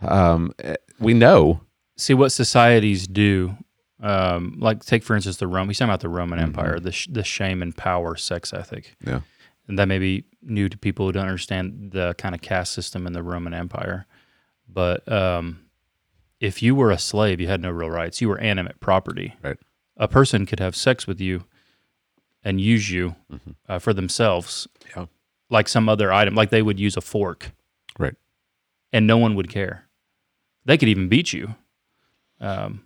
[SPEAKER 2] Um, eh, we know.
[SPEAKER 1] see what societies do. Um, like take for instance the Rome. He's talking about the Roman Empire, the sh- the shame and power sex ethic.
[SPEAKER 2] Mm-hmm. Yeah.
[SPEAKER 1] and that may be new to people who don't understand the kind of caste system in the Roman Empire. But um, if you were a slave, you had no real rights. You were animate property.
[SPEAKER 2] Right.
[SPEAKER 1] A person could have sex with you and use you uh, for themselves,
[SPEAKER 2] Mm-hmm. yeah.
[SPEAKER 1] like some other item, like they would use a fork
[SPEAKER 2] Right.
[SPEAKER 1] and no one would care. They could even beat you. Um,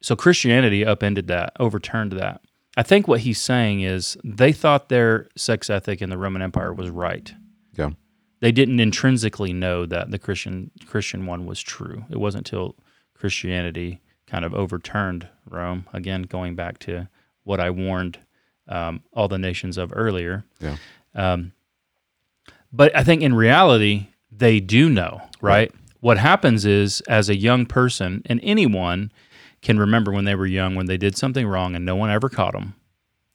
[SPEAKER 1] so Christianity upended that, overturned that. I think what he's saying is they thought their sex ethic in the Roman Empire was right.
[SPEAKER 2] Yeah.
[SPEAKER 1] They didn't intrinsically know that the Christian Christian one was true. It wasn't till Christianity kind of overturned Rome again, going back to what I warned um, all the nations of earlier.
[SPEAKER 2] Yeah.
[SPEAKER 1] Um, but I think in reality, they do know, right? What happens is, as a young person, and anyone can remember when they were young, when they did something wrong and no one ever caught them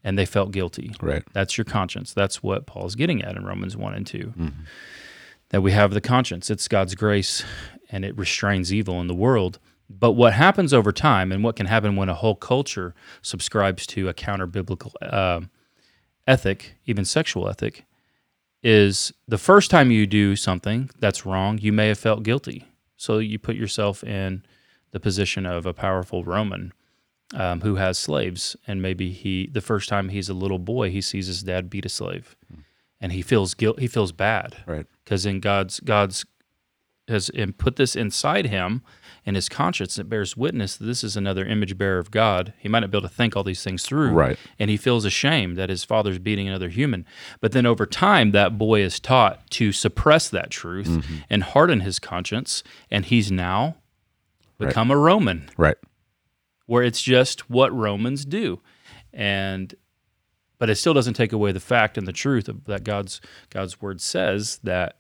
[SPEAKER 1] and they felt guilty.
[SPEAKER 2] Right.
[SPEAKER 1] That's your conscience. That's what Paul's getting at in Romans 1 and 2.
[SPEAKER 2] Mhm.
[SPEAKER 1] That we have the conscience, it's God's grace and it restrains evil in the world. But what happens over time and what can happen when a whole culture subscribes to a counter biblical uh, ethic, even sexual ethic, is the first time you do something that's wrong, you may have felt guilty. So you put yourself in the position of a powerful Roman um, who has slaves, and maybe he the first time he's a little boy, he sees his dad beat a slave, and he feels guilt. He feels bad,
[SPEAKER 2] right?
[SPEAKER 1] Because in God's God's has and put this inside him in his conscience it bears witness that this is another image bearer of god he might not be able to think all these things through
[SPEAKER 2] Right.
[SPEAKER 1] and he feels ashamed that his father's beating another human but then over time that boy is taught to suppress that truth
[SPEAKER 2] Mhm.
[SPEAKER 1] and harden his conscience and he's now
[SPEAKER 2] Right.
[SPEAKER 1] become a roman
[SPEAKER 2] Right.
[SPEAKER 1] where it's just what Romans do. And but it still doesn't take away the fact and the truth of, that God's God's word says that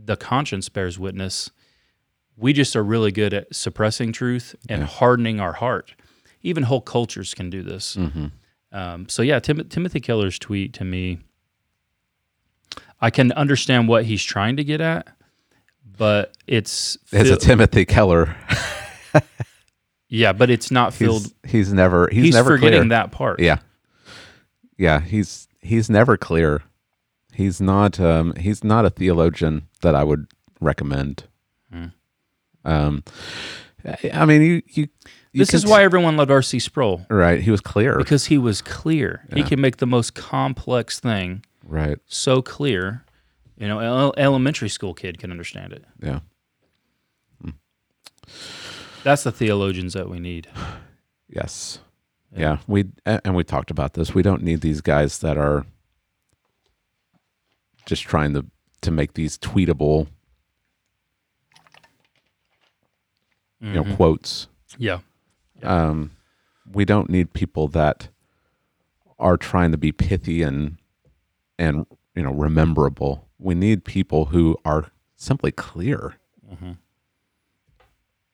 [SPEAKER 1] the conscience bears witness. We just are really good at suppressing truth and hardening our heart. Even whole cultures can do this.
[SPEAKER 2] Mhm.
[SPEAKER 1] Um, so yeah, Tim- Timothy Keller's tweet to me, I can understand what he's trying to get at, but it's
[SPEAKER 2] It's a
[SPEAKER 1] fill-
[SPEAKER 2] Timothy Keller. <laughs>
[SPEAKER 1] yeah, but it's not filled.
[SPEAKER 2] He's, he's never. He's,
[SPEAKER 1] He's
[SPEAKER 2] never
[SPEAKER 1] forgetting
[SPEAKER 2] clear.
[SPEAKER 1] that part.
[SPEAKER 2] Yeah. Yeah. He's he's never clear. He's not. Um, he's not a theologian that I would recommend.
[SPEAKER 1] Mm.
[SPEAKER 2] Um, I- I mean, you you. you
[SPEAKER 1] this
[SPEAKER 2] can
[SPEAKER 1] is why everyone loved R.C. Sproul.
[SPEAKER 2] Right. He was clear.
[SPEAKER 1] Because he was clear. He
[SPEAKER 2] Yeah.
[SPEAKER 1] can make the most complex thing
[SPEAKER 2] Right.
[SPEAKER 1] so clear. You know, el- elementary school kid can understand it.
[SPEAKER 2] Yeah.
[SPEAKER 1] That's the theologians that we need.
[SPEAKER 2] Yes. Yeah. We a- and we talked about this. We don't need these guys that are just trying to to make these tweetable, you know,
[SPEAKER 1] Mhm.
[SPEAKER 2] quotes.
[SPEAKER 1] <laughs> Yeah.
[SPEAKER 2] Um, we don't need people that are trying to be pithy and and you know rememberable. We need people who are simply clear.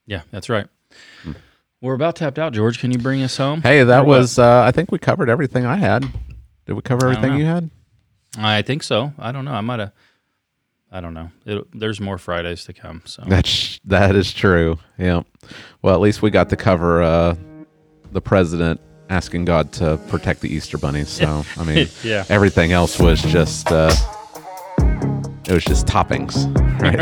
[SPEAKER 1] Yeah, that's right. We're about tapped out, George. Can you bring us home?
[SPEAKER 2] Hey, that
[SPEAKER 1] Or what?
[SPEAKER 2] was uh, I think we covered everything I had. Did we cover
[SPEAKER 1] I don't know.
[SPEAKER 2] everything you had?
[SPEAKER 1] I think so. I don't know. I might have. I don't know. It, there's more Fridays to come. So
[SPEAKER 2] That's that is true. Yeah. Well, at least we got to cover uh, the president asking God to protect the Easter bunny. So I mean,
[SPEAKER 1] <laughs> Yeah.
[SPEAKER 2] Everything else was just uh, it was just toppings. Right.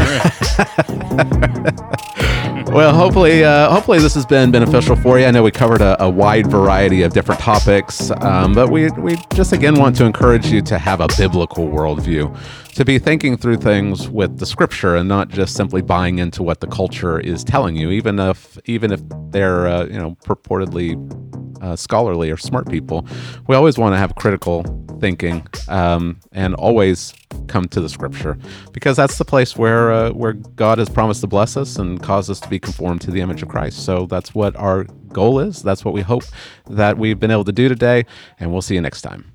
[SPEAKER 2] Well, hopefully, uh, hopefully this has been beneficial for you. I know we covered a, a wide variety of different topics, um, but we we just again want to encourage you to have a biblical worldview, to be thinking through things with the Scripture and not just simply buying into what the culture is telling you, even if even if they're uh, you know purportedly uh, scholarly or smart people. We always want to have critical thinking um, and always come to the scripture because that's the place where uh, where God has promised to bless us and cause us to be conformed to the image of Christ. So that's what our goal is. That's what we hope that we've been able to do today. And we'll see you next time.